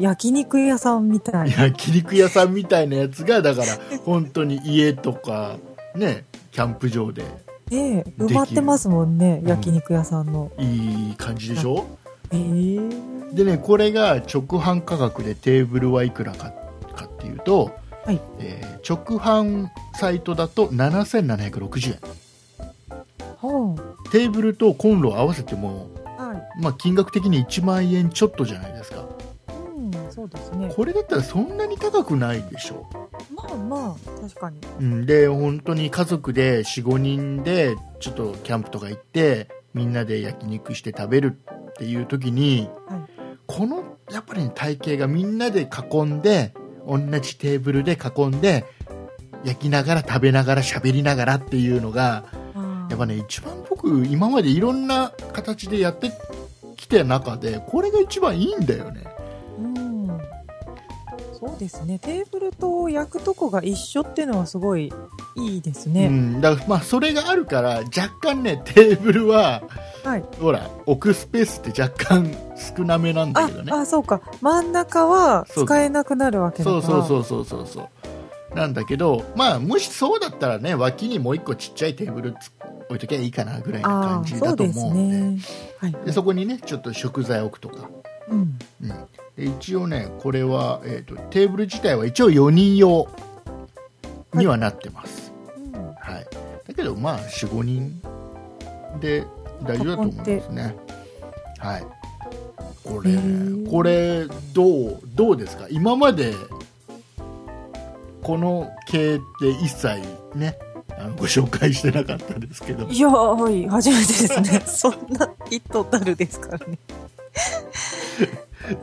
Speaker 3: 焼肉屋さんみたい。
Speaker 2: いや切肉屋さんみたいなやつがだから本当に家とかねキャンプ場で
Speaker 3: ねえ、埋まってますもんね、
Speaker 2: きる
Speaker 3: 焼肉屋さんの。
Speaker 2: いい感じでしょ
Speaker 3: ええ
Speaker 2: でねこれが直販価格でテーブルはいくらかかっていうと、
Speaker 3: はい
Speaker 2: えー直販サイトだと7760円
Speaker 3: は
Speaker 2: テーブルとコンロを合わせても、
Speaker 3: あ。はい。
Speaker 2: まあ、金額的に1万円ちょっとじゃないですか
Speaker 3: うん、そうですね。
Speaker 2: これだったらそんなに高くないでしょ
Speaker 3: まあまあ、確かに。
Speaker 2: うん、で本当に家族で45人でちょっとキャンプとか行ってみんなで焼肉して食べるっていう時に、
Speaker 3: はい
Speaker 2: このやっぱりね体型がみんなで囲んで同じテーブルで囲んで焼きながら食べながら喋りながらっていうのが
Speaker 3: あ
Speaker 2: やっぱね一番僕今までいろんな形でやってきた中でこれが一番いいんだよね
Speaker 3: うん。そうですね。テーブルと焼くとこが一緒っていうのはすごいいいです
Speaker 2: う
Speaker 3: ね。
Speaker 2: ん、だからまあそれがあるから若干ねテーブルは、
Speaker 3: はい
Speaker 2: ほら置くスペースって若干少なめなんだ
Speaker 3: あ
Speaker 2: けど、ね
Speaker 3: あ、そうか。真ん中は
Speaker 2: そう
Speaker 3: 使えなくなるわけだか
Speaker 2: そ
Speaker 3: ら。
Speaker 2: うそう
Speaker 3: う。
Speaker 2: そうそうそうそうなんだけどまあもしそうだったらね脇にもう一個ちっちゃいテーブルつ置いときゃいいかなぐらいな
Speaker 3: あ
Speaker 2: 感
Speaker 3: あ、
Speaker 2: じ
Speaker 3: そ
Speaker 2: だ
Speaker 3: う
Speaker 2: と
Speaker 3: で
Speaker 2: 思
Speaker 3: す
Speaker 2: うんで
Speaker 3: ね。はい。
Speaker 2: でそこにねちょっと食材置くとか、
Speaker 3: うん。
Speaker 2: うん、で一応ねこれは、えー、とテーブル自体は一応4人用にはなってます、
Speaker 3: うん
Speaker 2: はいだけどまあ45人で大丈夫だと思いますねはいこ
Speaker 3: へ
Speaker 2: れ
Speaker 3: ー
Speaker 2: これどうどうですか今までこの系って一切ねあのご紹介してなかったですけど
Speaker 3: いやはい、初めてで
Speaker 2: [laughs]
Speaker 3: すね。そんな一トたるですからね。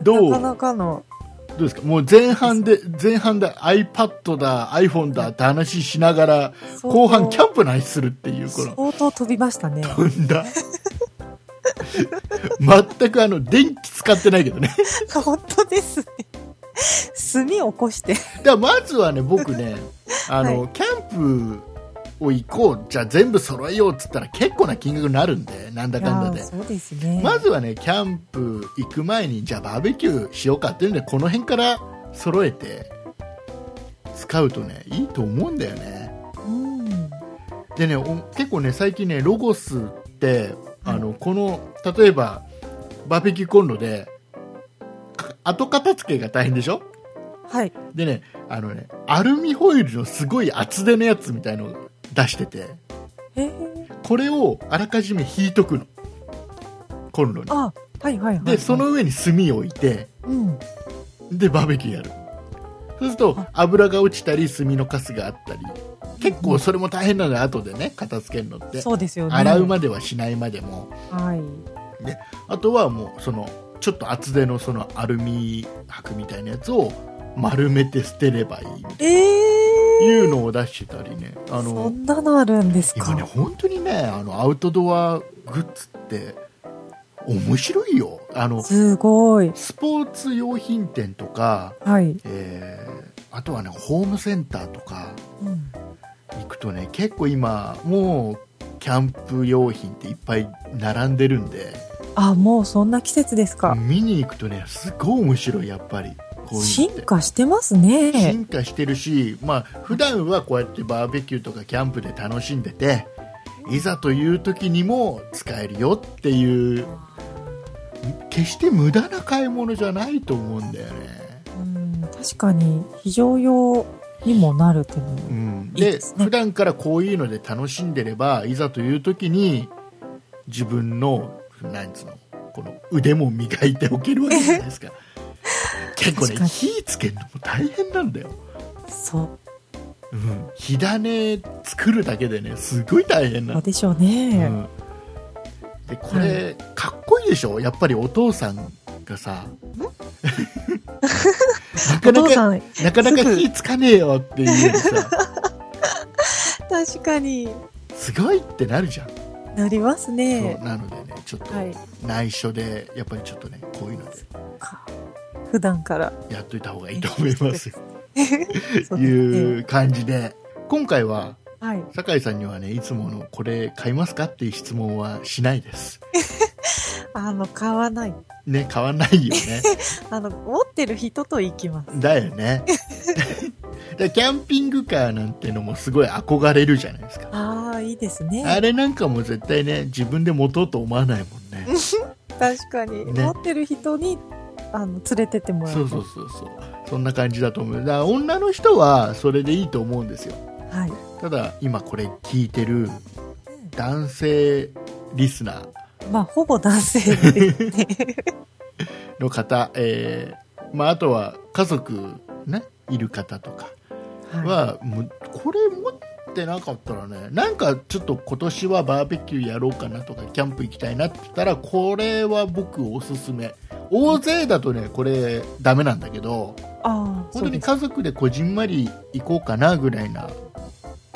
Speaker 2: ど
Speaker 3: なか
Speaker 2: う
Speaker 3: なかの、
Speaker 2: うですかもう前半で前半で iPad だ iPhone だって話しながら後半キャンプの話するっていう
Speaker 3: [laughs]
Speaker 2: この [laughs]
Speaker 3: 相当飛びましたね。
Speaker 2: 飛んだ全くあの電気使ってないけどね
Speaker 3: 本当ですね。炭起こして。
Speaker 2: だからまず
Speaker 3: [laughs]
Speaker 2: はね僕ねあの、
Speaker 3: は
Speaker 2: キャンプを行こうじゃあ全部揃えようっつったら結構な金額になるんでなんだかんだ
Speaker 3: いや
Speaker 2: で
Speaker 3: ーそうですね。
Speaker 2: まずはねキャンプ行く前にじゃあバーベキューしようかっていうんでこの辺から揃えて使うとねいいと思うんだよね
Speaker 3: うん。
Speaker 2: でねお結構ね最近ねロゴスってあのこの例えばバーベキューコンロでか後片付けが大変でしょ
Speaker 3: はい。
Speaker 2: でねあのねアルミホイルのすごい厚手のやつみたいのを出してて
Speaker 3: えー、
Speaker 2: これをあらかじめ引いとくのコンロに
Speaker 3: あ、はいはいはい。
Speaker 2: でそ、の上に炭を置いて
Speaker 3: うん。
Speaker 2: でバーベキューやるそうすると油が落ちたり炭のカスがあったり結構それも大変なのよ後でね片付けるのって
Speaker 3: そうですよね。
Speaker 2: 洗うまではしないまでも
Speaker 3: はい。
Speaker 2: あとはもうそのちょっと厚手のそのアルミ箔みたいなやつを丸めて捨てればいいみたい
Speaker 3: え
Speaker 2: な
Speaker 3: えー。
Speaker 2: いうのを出してたりねあ
Speaker 3: そ
Speaker 2: の
Speaker 3: んなのあるんですか。
Speaker 2: 今ね本当にねあのアウトドアグッズって面白いよあの
Speaker 3: すごい。
Speaker 2: スポーツ用品店とか、
Speaker 3: はい。
Speaker 2: えーあとはねホームセンターとか
Speaker 3: うん、
Speaker 2: 行くとね結構今もうキャンプ用品っていっぱい並んでるんで
Speaker 3: あ、もうそんな季節ですか。
Speaker 2: 見に行くとねすごい面白いやっぱりこういうのって
Speaker 3: 進化してますね。
Speaker 2: 進化してるし、まあ普段はこうやってバーベキューとかキャンプで楽しんでていざという時にも使えるよっていう決して無駄な買い物じゃないと思うんだよね、
Speaker 3: うん、確かに非常用にもなるっていうのは
Speaker 2: うん、
Speaker 3: いい
Speaker 2: で
Speaker 3: ですね
Speaker 2: 普段からこういうので楽しんでればいざという時に自分のなんつうのこの腕も磨いておけるわけじゃない
Speaker 3: [laughs]
Speaker 2: ですか結構
Speaker 3: 確
Speaker 2: ね
Speaker 3: かに
Speaker 2: 火つけるのも大変なんだよ
Speaker 3: そ
Speaker 2: うん火種作るだけでねすごい大変な
Speaker 3: う
Speaker 2: の、
Speaker 3: でしょうね。
Speaker 2: うんでこれ、かっこいいでしょやっぱりお父さんがさ [laughs] なか
Speaker 3: お
Speaker 2: な
Speaker 3: 父さ
Speaker 2: か
Speaker 3: ん、
Speaker 2: なかなか火つかねえよっていうよりさ
Speaker 3: [laughs] 確かに
Speaker 2: すごいってなるじゃん、
Speaker 3: なります
Speaker 2: そう
Speaker 3: ね。
Speaker 2: なのでねちょっと
Speaker 3: はい。
Speaker 2: 内緒でやっぱりちょっとねこういうので
Speaker 3: か普段から。
Speaker 2: やっといた方がいいと思
Speaker 3: [laughs]
Speaker 2: いますよ
Speaker 3: そうですね
Speaker 2: いう感じで今回は
Speaker 3: はい。
Speaker 2: 酒井さんにはねいつものこれ買いますかっていう質問はしないです
Speaker 3: あの、買わない。
Speaker 2: ね、買わないよね。 [laughs]
Speaker 3: あの、持ってる人と行きます。
Speaker 2: だよね。 [laughs] でキャンピングカーなんてのもすごい憧れるじゃないですか。
Speaker 3: ああ、いいですね。
Speaker 2: あれなんかも絶対ね、自分で持とうと思わないもんね。
Speaker 3: 確かに。
Speaker 2: ね
Speaker 3: 持ってる人に、あの、連れてってもらう。
Speaker 2: そうそうそうそう。そんな感じだと思う。だから女の人はそれでいいと思うんですよ。
Speaker 3: はい。
Speaker 2: ただ、今これ聞いてる男性リスナー
Speaker 3: まあ、ほぼ男性
Speaker 2: [laughs]
Speaker 3: ですね。
Speaker 2: の方、えーまああとは家族ね、いる方とか、
Speaker 3: は
Speaker 2: は、もうこれ持ってなかったらねなんかちょっと今年はバーベキューやろうかなとかキャンプ行きたいなって言ったらこれは僕おすすめ大勢だとねこれダメなんだけど
Speaker 3: い。ああ、
Speaker 2: 本当に
Speaker 3: そう
Speaker 2: 家族でこじんまり行こうかなぐらいな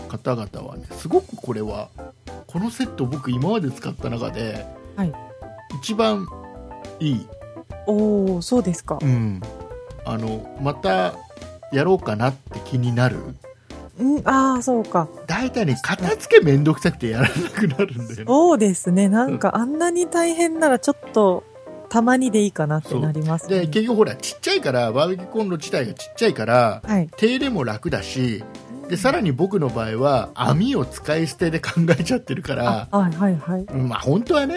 Speaker 2: 方々はねすごくこれはこのセット僕今まで使った中で、
Speaker 3: はい
Speaker 2: 一番いい、
Speaker 3: ですおお、そうですか。
Speaker 2: あのまたやろうかなって気になる
Speaker 3: うん、ああ、そうか。
Speaker 2: 大体ね片付けめんどくさくてやらなくなるんだよね
Speaker 3: そうですね。なんか、あんなに大変なら、ちょっと、たまにでいいかなってなりますね。
Speaker 2: で結局ほらちっちゃいからバーベキューコンロ自体がちっちゃいから
Speaker 3: はい。
Speaker 2: 手入れも楽だしでさらに僕の場合は網を使い捨てで考えちゃってるから
Speaker 3: あ、はいはいはい。
Speaker 2: うんまあ本当はね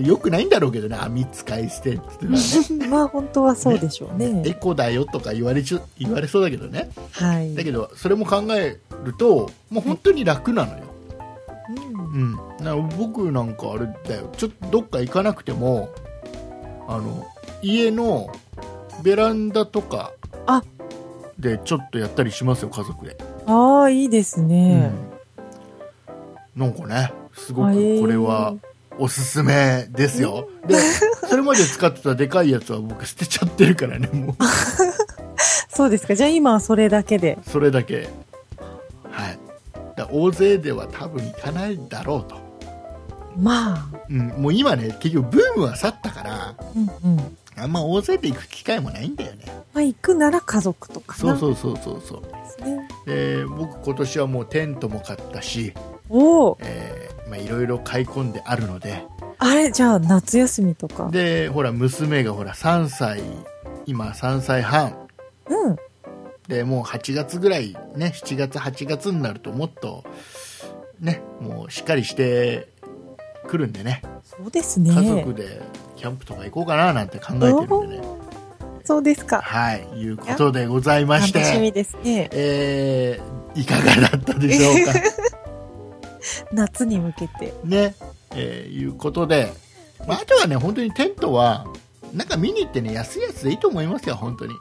Speaker 2: よくないんだろうけどね網使い捨てって言ってたらね
Speaker 3: [laughs] まあ本当はそうでしょうね。
Speaker 2: エコだよとか言われちゅ言われそうだけどね
Speaker 3: はい。
Speaker 2: だけどそれも考えるともう本当に楽なのよ、
Speaker 3: うん
Speaker 2: うん、な僕なんかあれだよちょっとどっか行かなくてもあの家のベランダとか
Speaker 3: あ
Speaker 2: でちょっとやったりしますよ家族で、
Speaker 3: ああ、いいですね。
Speaker 2: うん、なんかねすご
Speaker 3: あえ
Speaker 2: く
Speaker 3: ー
Speaker 2: これはおすすめです
Speaker 3: [laughs]
Speaker 2: よ、でそれまで使ってたでかいやつは僕捨てちゃってるからねもう
Speaker 3: そうですか。じゃあ今はそれだけで。
Speaker 2: それだけ、はい、だ大勢では多分いかないだろうと、
Speaker 3: まあ。
Speaker 2: うん、もう今ね結局ブームは去ったから
Speaker 3: うんうん。ま
Speaker 2: あんま大勢で行く機会もないんだよね
Speaker 3: あ行くなら家族とか
Speaker 2: そう
Speaker 3: う
Speaker 2: そうそうそうそう
Speaker 3: ですね。
Speaker 2: で僕今年はもうテントも買ったし
Speaker 3: おお。
Speaker 2: えーまあいろいろ買い込んであるので
Speaker 3: あれ、じゃあ夏休みとか。
Speaker 2: でほら娘がほら3歳今3歳半
Speaker 3: うん。
Speaker 2: でもう8月ぐらいね7月8月になるともっとねもうしっかりしてくるんでね
Speaker 3: そうですね。
Speaker 2: 家族でキャンプとか行こうかななんて考えてるんでね
Speaker 3: おーそうですか。
Speaker 2: はいいうことでございまし
Speaker 3: 楽しみ
Speaker 2: て
Speaker 3: ですね。
Speaker 2: えー、いかがだったでしょうか
Speaker 3: [laughs] 夏に向けて。
Speaker 2: ね、えーいうことで、まあ、あとはね、本当にテントは、なんか見に行ってね、安いやつでいいと思いますよ、本当に。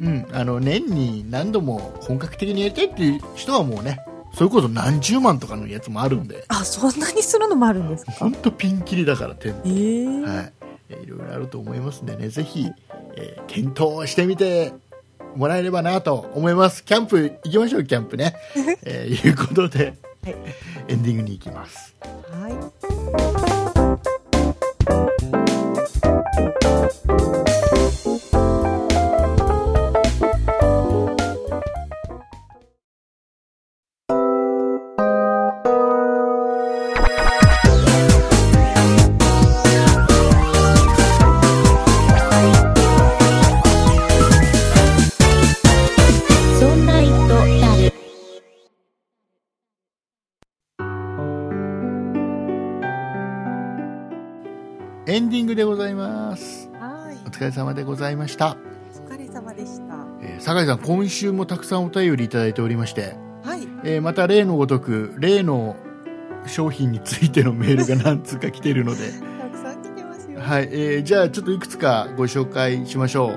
Speaker 2: うん、あの、年に何度も本格的にやりたいっていう人はもうね、それこそ何十万とかのやつもあるんで、
Speaker 3: あ、そんなにするのもあるんですか
Speaker 2: 本当ピンキリだから、テント。
Speaker 3: え
Speaker 2: は
Speaker 3: えー。
Speaker 2: い。えーいろいろあると思いますんでね、ぜひ、えー検討してみてもらえればなと思います。キャンプ行きましょう、キャンプね。えーいうことで、
Speaker 3: はい
Speaker 2: エンディングに行きます。
Speaker 3: はい。
Speaker 1: そんな糸だる。
Speaker 2: エンディングでございます。
Speaker 3: はい
Speaker 2: お。疲れ様でございました。
Speaker 3: お疲れ様でした。
Speaker 2: えー酒井さん、今週もたくさんお便りいただいておりまして、
Speaker 3: はい。
Speaker 2: えーまた例のごとく、例の商品についてのメールが何通か来ているので、 [laughs]
Speaker 3: たくさん来てますよ。
Speaker 2: はい、えーじゃあちょっといくつかご紹介しましょう。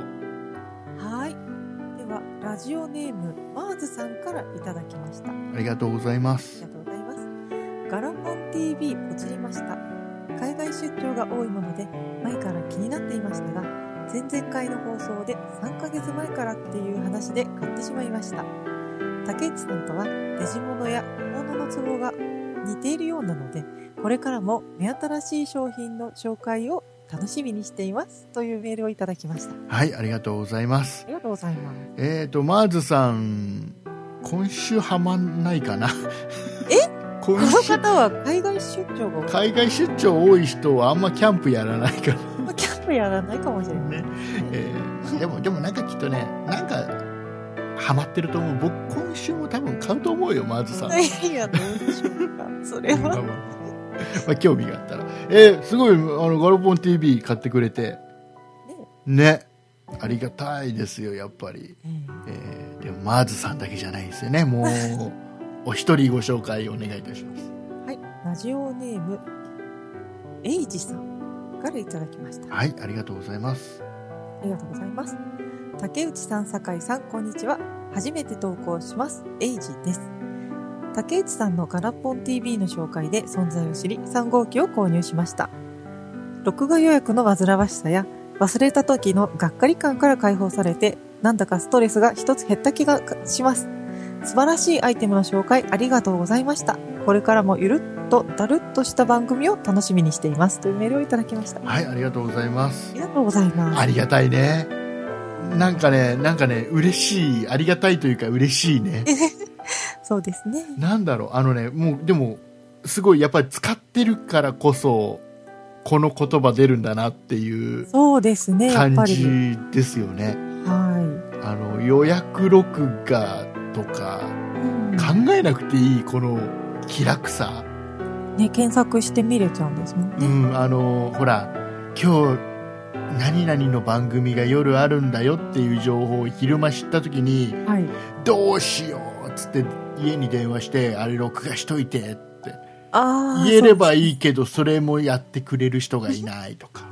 Speaker 3: はい。では、ラジオネーム、マーズさんからいただきました。あ
Speaker 2: ありがとうございま
Speaker 3: り
Speaker 2: す
Speaker 3: が。とうございます。ガラポン TV ポチりました。海外出張が多いもので、前から気になっていましたが、前々回の放送で3ヶ月前からっていう話で買ってしまいました。竹内さんとはデジモノや本物のツボが似ているようなので、これからも目新しい商品の紹介を楽しみにしていますというメールをいただきました。あ
Speaker 2: はい、ありがとうございます。
Speaker 3: りがとうございます。
Speaker 2: えっ、と、マーズさん、今週はまんないかな。 [laughs]
Speaker 3: え
Speaker 2: 今
Speaker 3: この
Speaker 2: 週、
Speaker 3: 方は海外出張が多い
Speaker 2: 海外出張多い人はあんまキャンプやらないから
Speaker 3: キャンプやらないかもしれない。
Speaker 2: ねえーでもでもなんかきっとねなんかハマってると思う僕今週も多分買うと思うよマーズさん、
Speaker 3: いや、どうでしょうか。 [laughs] それ
Speaker 2: 多分 [laughs]
Speaker 3: は。
Speaker 2: まあ興味があったらえーすごいあのガロポン TV 買ってくれてねありがたいですよやっぱり、えーでもマーズさんだけじゃないですよねもうお一人ご紹介お願いいたします
Speaker 3: はい。ラジオネーム、エイジさんからいただきました。
Speaker 2: はいありがとうございます
Speaker 3: ありがとうございます。竹内さん、酒井さん、こんにちは。初めて投稿します。エイジです。竹内さんのガラポン TV の紹介で存在を知り、3号機を購入しました。録画予約の煩わしさや、忘れた時のがっかり感から解放されて、なんだかストレスが一つ減った気がします。素晴らしいアイテムの紹介ありがとうございました。これからもゆるっとだるっとした番組を楽しみにしています。というメールをいただきました。あ
Speaker 2: はいありがとうございます
Speaker 3: りがとうございます。
Speaker 2: ありがたいねなんかねなんかね嬉しいありがたいというか嬉しいね
Speaker 3: そうですね。
Speaker 2: なんだろうあのねもうでもすごいやっぱり使ってるからこそこの言葉出るんだなっていう
Speaker 3: そうですね、やっ
Speaker 2: 感
Speaker 3: ぱり。
Speaker 2: じですよね
Speaker 3: は
Speaker 2: あの予約録画とか
Speaker 3: い。うん
Speaker 2: 考えなくていいこの気楽さ、
Speaker 3: ね、検索して見れちゃうんですもん
Speaker 2: う
Speaker 3: ね。
Speaker 2: ん、あのほら今日何々の番組が夜あるんだよっていう情報を昼間知った時に
Speaker 3: はい。
Speaker 2: どうしようっつって家に電話してあれ録画しといてって
Speaker 3: ああ。
Speaker 2: 言えれば
Speaker 3: い。
Speaker 2: いいけどそれもやってくれる人がいないとか、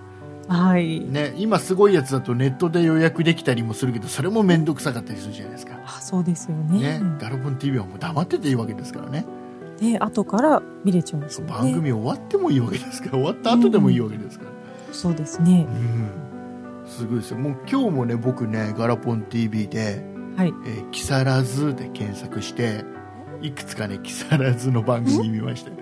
Speaker 3: はい。
Speaker 2: ね、今すごいやつだとネットで予約できたりもするけどそれも面倒くさかったりするじゃないですか、
Speaker 3: あそうですよね。
Speaker 2: ね、ガロボン TV はもう黙ってていいわけですからね
Speaker 3: で、後から見れちゃうんです
Speaker 2: そ
Speaker 3: よ
Speaker 2: う
Speaker 3: ね。
Speaker 2: 番組終わってもいいわけですから終わった後でもいいわけですから、
Speaker 3: そうですね
Speaker 2: う。んすごいですよもう今日もね僕ねガラポン TV で、
Speaker 3: はい
Speaker 2: えー木更津」で検索していくつかね木更津の番組見ましたよ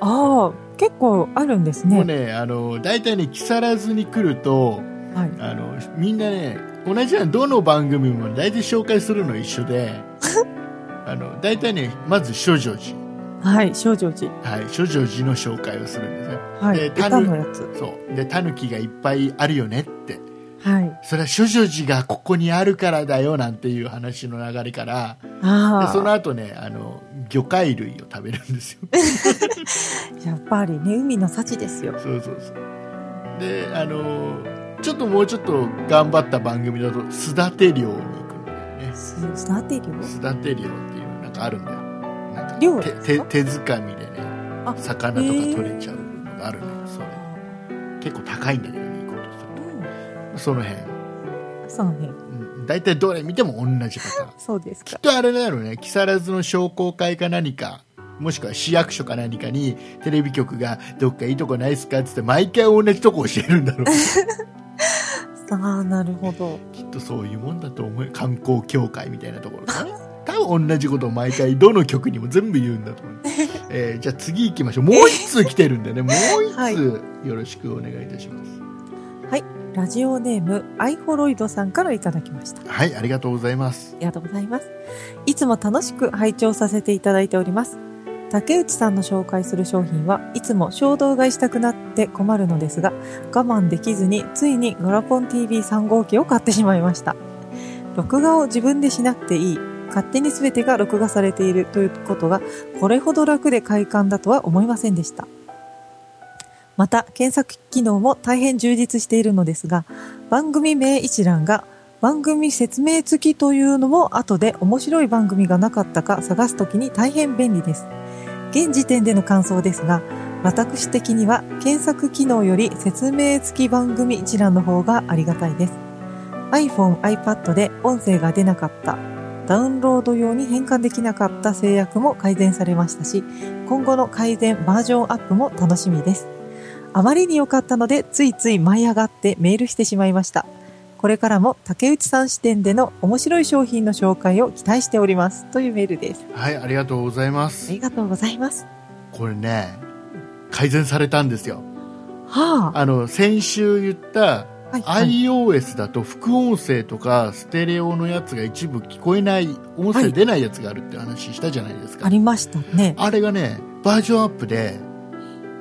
Speaker 3: ああ、結構あるんです
Speaker 2: もう
Speaker 3: ね。
Speaker 2: ねあの大体ね木更津に来ると
Speaker 3: はい。
Speaker 2: あのみんなね同じようなどの番組も大体紹介するの一緒で
Speaker 3: [laughs]
Speaker 2: あの大体ねまず諸女寺
Speaker 3: はい、少女寺。
Speaker 2: はい諸女寺の紹介をするんですね
Speaker 3: はい。
Speaker 2: で
Speaker 3: 歌のやつ。
Speaker 2: そうでタヌキがいっぱいあるよねって
Speaker 3: はい。
Speaker 2: それは諸女寺がここにあるからだよなんていう話の流れからで
Speaker 3: あ
Speaker 2: その
Speaker 3: あ、
Speaker 2: 後ねあの魚介類を食べるんですよ
Speaker 3: やっぱりね、海の幸ですよ。
Speaker 2: そうそうそうであのちょっともうちょっと頑張った番組だと須舘漁に行くんだよね
Speaker 3: す、すなて漁
Speaker 2: 須舘漁っていうなんかあるんだよなんか
Speaker 3: 漁
Speaker 2: 手
Speaker 3: です
Speaker 2: 手
Speaker 3: か
Speaker 2: 手づかみでね
Speaker 3: あ
Speaker 2: 魚とか取れちゃうのがあるんだよ、それ結構高いんだけどね行こうとするとその辺
Speaker 3: そうね。
Speaker 2: うん大体どれ見ても同じパターン
Speaker 3: そうです
Speaker 2: きっ
Speaker 3: か。
Speaker 2: とあれだろうね木更津の商工会か何かもしくは市役所か何かにテレビ局がどっかいいとこないっすかっつって毎回同じとこ教えるんだろう
Speaker 3: さあ、なるほど。
Speaker 2: きっとそういうもんだと思う観光協会みたいなところかな多分同じことを毎回どの局にも全部言うんだと思う、えーじゃあ次行きましょうもう一通来てるんでねもう一
Speaker 3: はい
Speaker 2: 通よろしくお願いいたします
Speaker 3: ラジオネーム、アイホロイドさんからいただきました。
Speaker 2: はい、ありがとうございます
Speaker 3: ありがとうございます。いつも楽しく拝聴させていただいております。竹内さんの紹介する商品はいつも衝動買いしたくなって困るのですが、我慢できずについにガラポン TV3 号機を買ってしまいました。録画を自分でしなくていい。勝手に全てが録画されているということが、これほど楽で快感だとは思いませんでした。また、検索機能も大変充実しているのですが、番組名一覧が番組説明付きというのも後で面白い番組がなかったか探すときに大変便利です。現時点での感想ですが、私的には検索機能より説明付き番組一覧の方がありがたいです。iPhone、iPad で音声が出なかった、ダウンロード用に変換できなかった制約も改善されましたし、今後の改善バージョンアップも楽しみです。あまりに良かったので、ついつい舞い上がってメールしてしまいました。これからも竹内さん視点での面白い商品の紹介を期待しております。というメールです。
Speaker 2: はいありがとうございま
Speaker 3: あ
Speaker 2: す
Speaker 3: りがとうございます。
Speaker 2: これね改善されたんですよ
Speaker 3: はあ。
Speaker 2: あの先週言った
Speaker 3: はい、はい。
Speaker 2: iOS だと副音声とかステレオのやつが一部聞こえない音声出ないやつがあるって話したじゃないですか、
Speaker 3: ありましたね。
Speaker 2: あれがねバージョンアップで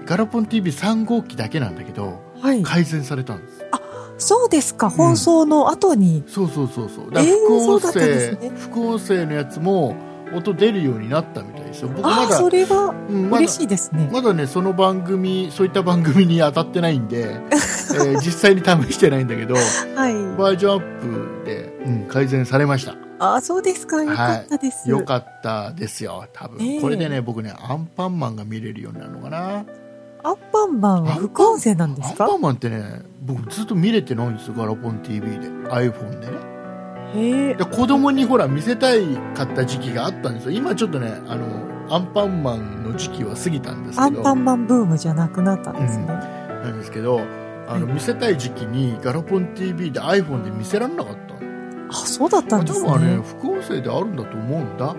Speaker 2: ガラポン TV3 号機だけなんだけど
Speaker 3: はい。
Speaker 2: 改善されたんです
Speaker 3: そうですか。放送の後に。
Speaker 2: そうそうそうそうだから
Speaker 3: えー
Speaker 2: 副音
Speaker 3: そうだった
Speaker 2: 声、
Speaker 3: んですね
Speaker 2: 副音声のやつも音出るようになったみたいですよ僕ま
Speaker 3: ああ、
Speaker 2: だ
Speaker 3: それは
Speaker 2: うんまだ
Speaker 3: 嬉しいですね。
Speaker 2: まだねその番組そういった番組に当たってないん
Speaker 3: [laughs]
Speaker 2: で、えー実際に試してないんだけど
Speaker 3: はい。
Speaker 2: バージョンアップで、うん、改善されました
Speaker 3: ああ、そうですか。よかったです。
Speaker 2: よかったですよ多分、
Speaker 3: ええ
Speaker 2: これでね僕ねアンパンマンが見れるようになるのかな
Speaker 3: アンパンマンは副音声なんで
Speaker 2: ア
Speaker 3: す
Speaker 2: ンパ
Speaker 3: か
Speaker 2: ンマンってね僕ずっと見れてないんですよガラポン TV で iPhone でね
Speaker 3: へえ。
Speaker 2: で子供にほら見せたいかった時期があったんですよ今ちょっとねあのアンパンマンの時期は過ぎたんです
Speaker 3: ア
Speaker 2: け
Speaker 3: ン
Speaker 2: ど
Speaker 3: パンマンブームじゃなくなったんですね。
Speaker 2: うんなんですけどあの見せたい時期にガラポン TV で iPhone で見せられなかった
Speaker 3: あ、そうだったんで
Speaker 2: 多
Speaker 3: す
Speaker 2: 分あれ
Speaker 3: ね。
Speaker 2: 副音声であるんだと思うんだ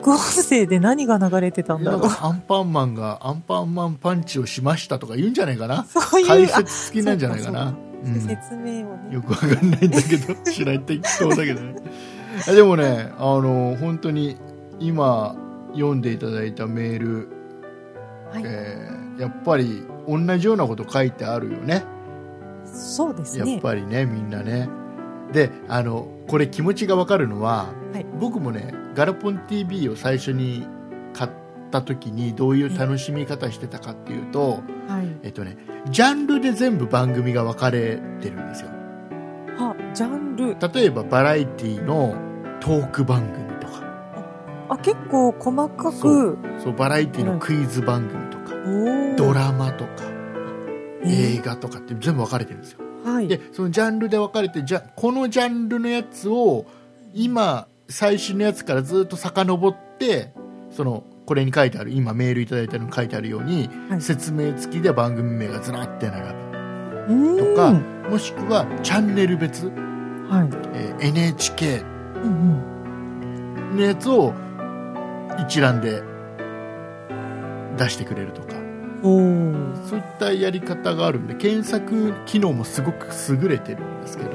Speaker 3: 副音声で何が流れてたんだ
Speaker 2: な
Speaker 3: ろ
Speaker 2: ん
Speaker 3: う。
Speaker 2: かアンパンマンがアンパンマンパンチをしましたとか言うんじゃないかな
Speaker 3: そうい
Speaker 2: 解
Speaker 3: う、あ、
Speaker 2: 説付きなんじゃないかな。う
Speaker 3: 説明を
Speaker 2: ん
Speaker 3: ね。
Speaker 2: よくわかんないんだけど、知らん適当だけどね。 [laughs] あでもね、あの、本当に今読んでいただいたメール、
Speaker 3: はい。
Speaker 2: えーやっぱり同じようなこと書いてあるよね。
Speaker 3: そうです
Speaker 2: やっ
Speaker 3: ね。
Speaker 2: ぱりね、みんなね。で、あの、これ気持ちがわかるのは、
Speaker 3: はい
Speaker 2: 僕もね、ガラポン TV を最初に買った時にどういう楽しみ方してたかっていうと、
Speaker 3: はい。
Speaker 2: えっとね、ジャンルで全部番組が分かれてるんですよ。
Speaker 3: あ、ジャンル。
Speaker 2: 例えばバラエティのトーク番組とか
Speaker 3: あ、結構細か
Speaker 2: そ
Speaker 3: く。
Speaker 2: そうバラエティのクイズ番組とか、
Speaker 3: おー
Speaker 2: ドラマとか映
Speaker 3: え
Speaker 2: 画とかって全部分かれてるんですよ
Speaker 3: ーはい。
Speaker 2: でそのジャンルで分かれてじゃこのジャンルのやつを今最新のやつからずっと遡ってそのこれに書いてある今メールいただいたのに書いてあるように、
Speaker 3: はい
Speaker 2: 説明付きで番組名がずらって並ぶ
Speaker 3: うん
Speaker 2: とかもしくはチャンネル別、
Speaker 3: はい。
Speaker 2: えー NHK
Speaker 3: うん
Speaker 2: のやつを一覧で出してくれるとか
Speaker 3: うん。おお。
Speaker 2: そういったやり方があるんで検索機能もすごく優れてるんですけど、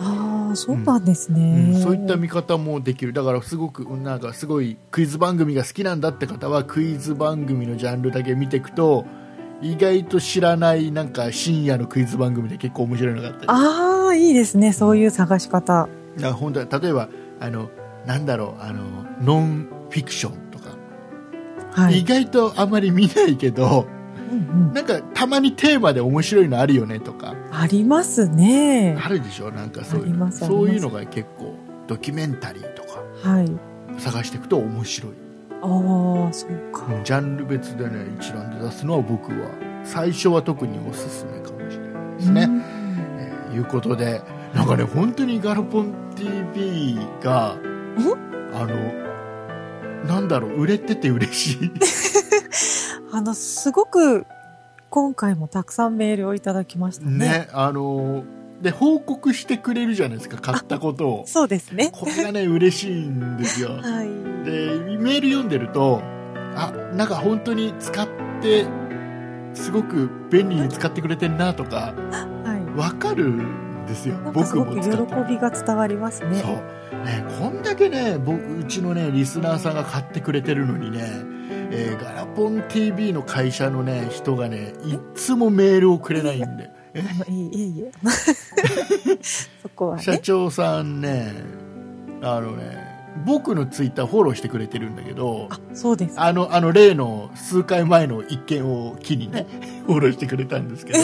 Speaker 3: ああ、そうなんですね、
Speaker 2: うんそういった見方もできるだからすごくうんなんかすごいクイズ番組が好きなんだって方はクイズ番組のジャンルだけ見ていくと意外と知らないなんか深夜のクイズ番組で結構面白いのがあったり
Speaker 3: ああ、いいですね。そういう探し方。
Speaker 2: だから本当は例えばあのなんだろうあのノンフィクションとか、
Speaker 3: は
Speaker 2: 意
Speaker 3: い。
Speaker 2: 外とあまり見ないけど
Speaker 3: うん
Speaker 2: なんかたまにテーマで面白いのあるよねとか
Speaker 3: うん、ありますね。
Speaker 2: あるでしょなんかそうい
Speaker 3: あり
Speaker 2: う
Speaker 3: ますあります
Speaker 2: そういうのが結構ドキュメンタリーとか
Speaker 3: はい。
Speaker 2: 探していくと面白い
Speaker 3: ああ、そうか。
Speaker 2: うんジャンル別でね一覧で出すのは僕は最初は特におすすめかもしれないですね。
Speaker 3: うん
Speaker 2: えーいうことでなんかね本当にガルポン TV があのなんだろう売れてて嬉し
Speaker 3: [laughs]
Speaker 2: い
Speaker 3: あの、すごく、今回もたくさんメールをいただきましたね。
Speaker 2: ねあので報告してくれるじゃないですか買ったことを
Speaker 3: そうですね。
Speaker 2: これがね嬉しいんです
Speaker 3: [laughs]
Speaker 2: よ
Speaker 3: はい。
Speaker 2: でメール読んでるとあなんか本当に使ってすごく便利に使ってくれてんなとか
Speaker 3: は
Speaker 2: わかるんですよ
Speaker 3: い。なんかす
Speaker 2: 僕
Speaker 3: ご
Speaker 2: も
Speaker 3: く
Speaker 2: 使っ
Speaker 3: 喜
Speaker 2: てる
Speaker 3: びが伝わりますね。
Speaker 2: そう、ね、こんだけね僕うちのねリスナーさんが買ってくれてるのにね、えーガラポン TV の会社のね人がねいっつもメールをくれないんで
Speaker 3: まあいいいいい
Speaker 2: [laughs]
Speaker 3: いそこはね。
Speaker 2: 社長さんねあのね僕のツイッターフォローしてくれてるんだけど
Speaker 3: あ、そうです。
Speaker 2: あのあの例の数回前の一件を機にねフォローしてくれたんですけど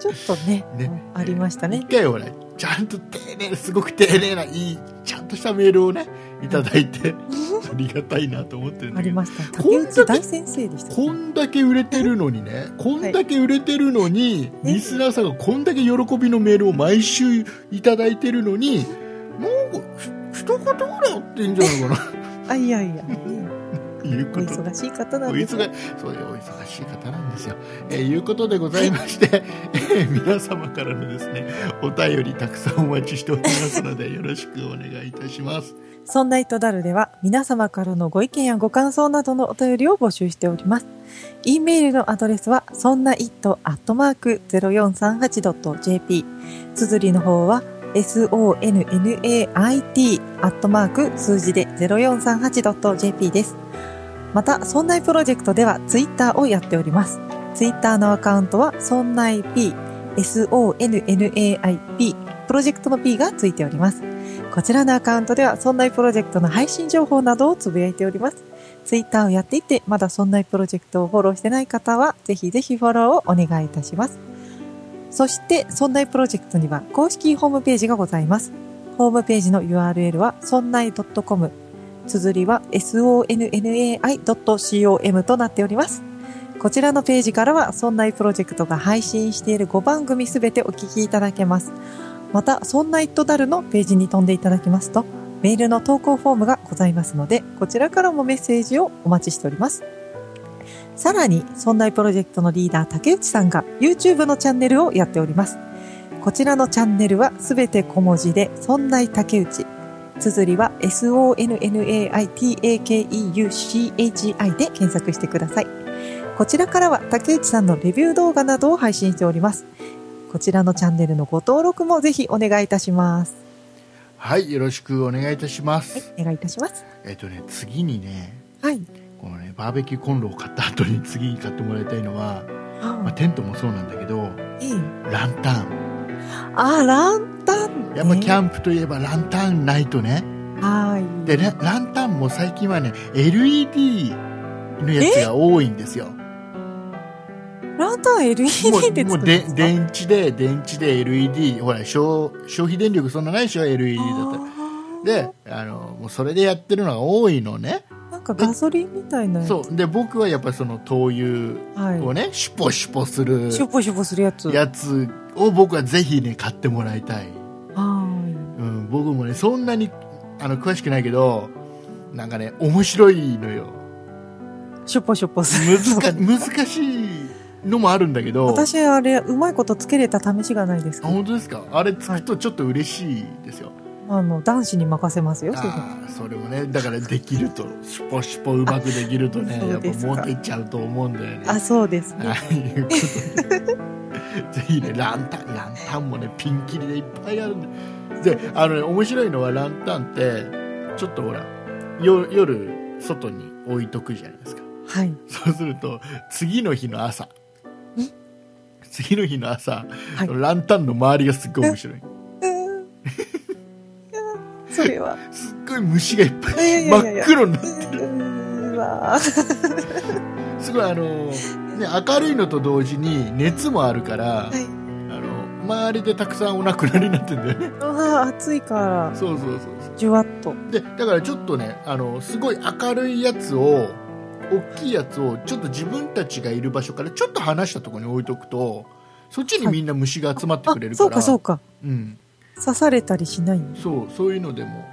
Speaker 3: ちょっとね、
Speaker 2: ね
Speaker 3: うんありましたね
Speaker 2: 一。回ほらちゃんと丁寧なすごく丁寧ないいちゃんとしたメールをねいただいてありがたいなと思ってるん
Speaker 3: あ
Speaker 2: だけ
Speaker 3: り
Speaker 2: ど
Speaker 3: ました。
Speaker 2: こ
Speaker 3: 竹
Speaker 2: んだけ
Speaker 3: 内大先生でしたね。
Speaker 2: こんだけ売れてるのにね、こんだけ売れてるのに、
Speaker 3: え
Speaker 2: リスナーさんがこんだけ喜びのメールを毎週いただいてるのに、なんか、ひ一言ぐらいやってんじゃないか
Speaker 3: [laughs]
Speaker 2: な、
Speaker 3: あ、いやいや、ね
Speaker 2: という
Speaker 3: お
Speaker 2: ことで。
Speaker 3: 忙しい方
Speaker 2: お
Speaker 3: なんです。
Speaker 2: 忙そういうお忙しい方なんですよ。えーいうことでございまして、えー皆様からのですね、お便りたくさんお待ちしておりますので、よろしくお願いいたします。
Speaker 3: そんな糸だるでは、皆様からのご意見やご感想などのお便りを募集しております。e メールのアドレスは、そんな it アットマーク 0438.jp。綴りの方は、sonnait アットマーク数字で 0438.jp です。また、そんないプロジェクトでは、ツイッターをやっております。ツイッターのアカウントは、そんない p、sonnaip、プロジェクトの p がついております。こちらのアカウントでは、そんないプロジェクトの配信情報などをつぶやいております。ツイッターをやっていて、まだそんないプロジェクトをフォローしてない方は、ぜひぜひフォローをお願いいたします。そして、そんないプロジェクトには公式ホームページがございます。ホームページの URL は、そんない .com。綴りは、sonnai.com となっております。こちらのページからは、そんないプロジェクトが配信している5番組すべてお聞きいただけます。また、そんなイットダルのページに飛んでいただきますと、メールの投稿フォームがございますので、こちらからもメッセージをお待ちしております。さらに、そんないプロジェクトのリーダー竹内さんが YouTube のチャンネルをやっております。こちらのチャンネルはすべて小文字で、そんない竹内。綴りは sonnaitakeuchi で検索してください。こちらからは竹内さんのレビュー動画などを配信しております。こちらのチャンネルのご登録もぜひお願いいたします。
Speaker 2: はい、よろしくお願いいたします。
Speaker 3: お願いいたします。
Speaker 2: えっとね、次にね、
Speaker 3: はい。
Speaker 2: このねバーベキューコンロを買った後に次に買ってもらいたいのは、まあ、
Speaker 3: あ、
Speaker 2: テントもそうなんだけど
Speaker 3: いい。
Speaker 2: ランタン
Speaker 3: あ、ランタン、ね。
Speaker 2: やっぱキャ
Speaker 3: ン。
Speaker 2: ンプといえばランタンないとね
Speaker 3: はい。
Speaker 2: でねランタンも最近はね LED のやつが多いんですよ
Speaker 3: ランタン LED で
Speaker 2: もう
Speaker 3: 作るんです
Speaker 2: もうで
Speaker 3: か
Speaker 2: 電池で電池で LED ほら消消費電力そんなないでしょ LED だったら
Speaker 3: あー
Speaker 2: であのもうそれでやってるのが多いのね、
Speaker 3: なんかガソリンみたいなやつ。
Speaker 2: そうで僕はやっぱりその灯油を
Speaker 3: は
Speaker 2: ね、シュポシュポする
Speaker 3: い。シュポシュポするやつ。
Speaker 2: やつを僕はぜひね買ってもらいたい
Speaker 3: は
Speaker 2: うん、僕もねそんなにあの詳しくないけどなんかね面白いのよ
Speaker 3: い。シュポシュポする。
Speaker 2: 難難しいのもあるんだけど、
Speaker 3: [laughs] 私、あれ、うまいことつけれた試しがないですけ
Speaker 2: あ
Speaker 3: ど、
Speaker 2: 本当ですかあれつくとちょっと嬉しいですよ。
Speaker 3: あの、男子に任せますよ、それは
Speaker 2: ああそれもねだからできるとシュポシュポうまくできるとね
Speaker 3: あ
Speaker 2: やっぱ
Speaker 3: [laughs] そうですか
Speaker 2: モテちゃうと思うんだよね。
Speaker 3: あ、そうです
Speaker 2: あ
Speaker 3: ね。
Speaker 2: あいうことで [laughs] ぜひねランタンランタンもねピンキリでいっぱいあるんでであの、ね、面白いのはランタンってちょっとほらよ夜外に置いとくじゃないですか
Speaker 3: はい。
Speaker 2: そうすると次の日の朝次の日の朝、
Speaker 3: はい
Speaker 2: ランタンの周りがすっごい面白いう
Speaker 3: ーんそれは。
Speaker 2: すっごい虫がいっぱい
Speaker 3: いやいやいやい
Speaker 2: 真っ
Speaker 3: や。
Speaker 2: 黒になって
Speaker 3: うーわー
Speaker 2: すごいあの、ね、明るいのと同時に熱もあるから、
Speaker 3: はい。
Speaker 2: あの周りでたくさんお亡くなりになってんだよね
Speaker 3: ああ、暑いから、
Speaker 2: そうそうそうそ
Speaker 3: じゅわっと。
Speaker 2: うでだからちょっとねあのすごい明るいやつを大きいやつをちょっと自分たちがいる場所からちょっと離したところに置いとくとそっちにみんな虫が集まって
Speaker 3: あ
Speaker 2: くれ、るか
Speaker 3: そう
Speaker 2: ら
Speaker 3: かそうか。
Speaker 2: うん、
Speaker 3: 刺されたりしないの
Speaker 2: そうそういうのでも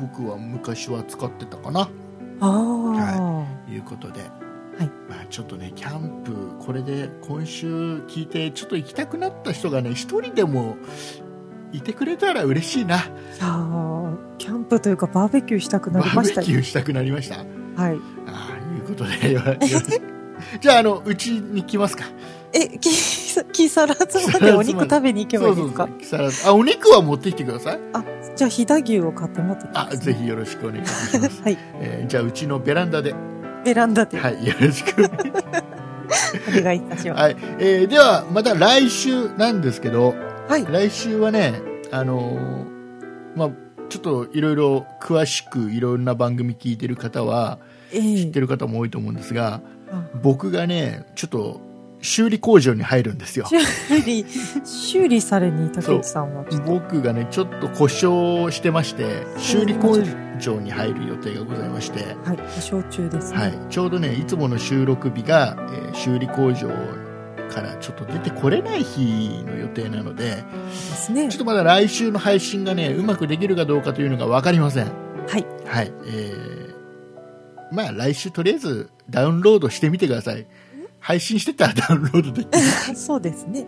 Speaker 2: 僕は昔は使ってたかな
Speaker 3: ああ、
Speaker 2: ということで、
Speaker 3: い
Speaker 2: まあ、ちょっとねキャンプこれで今週聞いてちょっと行きたくなった人がね一人でもいてくれたら嬉しいな
Speaker 3: さあキャンプというかバーベキューしたくな
Speaker 2: バ
Speaker 3: りまし
Speaker 2: ー
Speaker 3: た
Speaker 2: ベキュ
Speaker 3: ね
Speaker 2: ーしたくなりました
Speaker 3: はい
Speaker 2: ああいうこと
Speaker 3: [laughs]
Speaker 2: でよよろしいじゃああのうちに来ますか
Speaker 3: え木 [laughs] 木更津までお肉食べに行けばいいですか
Speaker 2: 木更津あお肉は持ってきてください
Speaker 3: じゃあ飛騨牛を買って持ってきま
Speaker 2: あ
Speaker 3: す
Speaker 2: ぜひよろしくお願いします、
Speaker 3: [laughs] はい
Speaker 2: えーじゃあうちのベランダでは
Speaker 3: ベランダで
Speaker 2: いよろしく
Speaker 3: お願いいたします
Speaker 2: はい、えーではまた来週なんですけど
Speaker 3: はい
Speaker 2: 来週はね、あのーまあ、ちょっといろいろ詳しくいろんな番組聞いてる方は、
Speaker 3: え
Speaker 2: 知って
Speaker 3: る
Speaker 2: る方も多いと思うんですが、
Speaker 3: あ
Speaker 2: 僕がね、ちょっと修理工場に入るんですよ。
Speaker 3: 修理修理されに竹内さんはちょっと
Speaker 2: 僕がね、ちょっと故障してまして、修理工場に入る予定がございまして、
Speaker 3: はい保証中です、
Speaker 2: はい、ちょうどね、いつもの収録日が、えー修理工場からちょっと出てこれない日の予定なので、
Speaker 3: ですね
Speaker 2: ちょっとまだ来週の配信がね、うまくできるかどうかというのが分かりません。
Speaker 3: はい。 [laughs]
Speaker 2: はい。えー、まあ来週とりあえずダウンロードしてみてください。配信してたらダウンロードできる。
Speaker 3: そうですね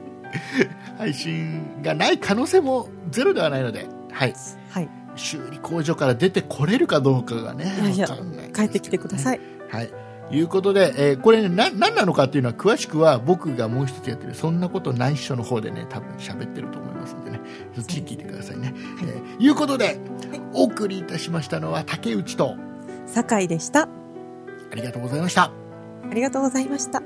Speaker 2: 配信がない可能性もゼロではないので、はい。
Speaker 3: はい
Speaker 2: 修理工場から出てこれるかどうかがね、
Speaker 3: いやいや
Speaker 2: わかんないですけどね
Speaker 3: 帰ってきてください。
Speaker 2: はい。いうことで、えーこれね、な、何なのかっていうのは、詳しくは僕がもう一つやってる、そんなことないっしょの方でね、多分喋ってると思いますんでね、そっち聞いてくださいね。いえーいうことで、お送りいたしましたのは竹内と、
Speaker 3: 酒井でした
Speaker 2: ありがとうございました。
Speaker 3: ありがとうございました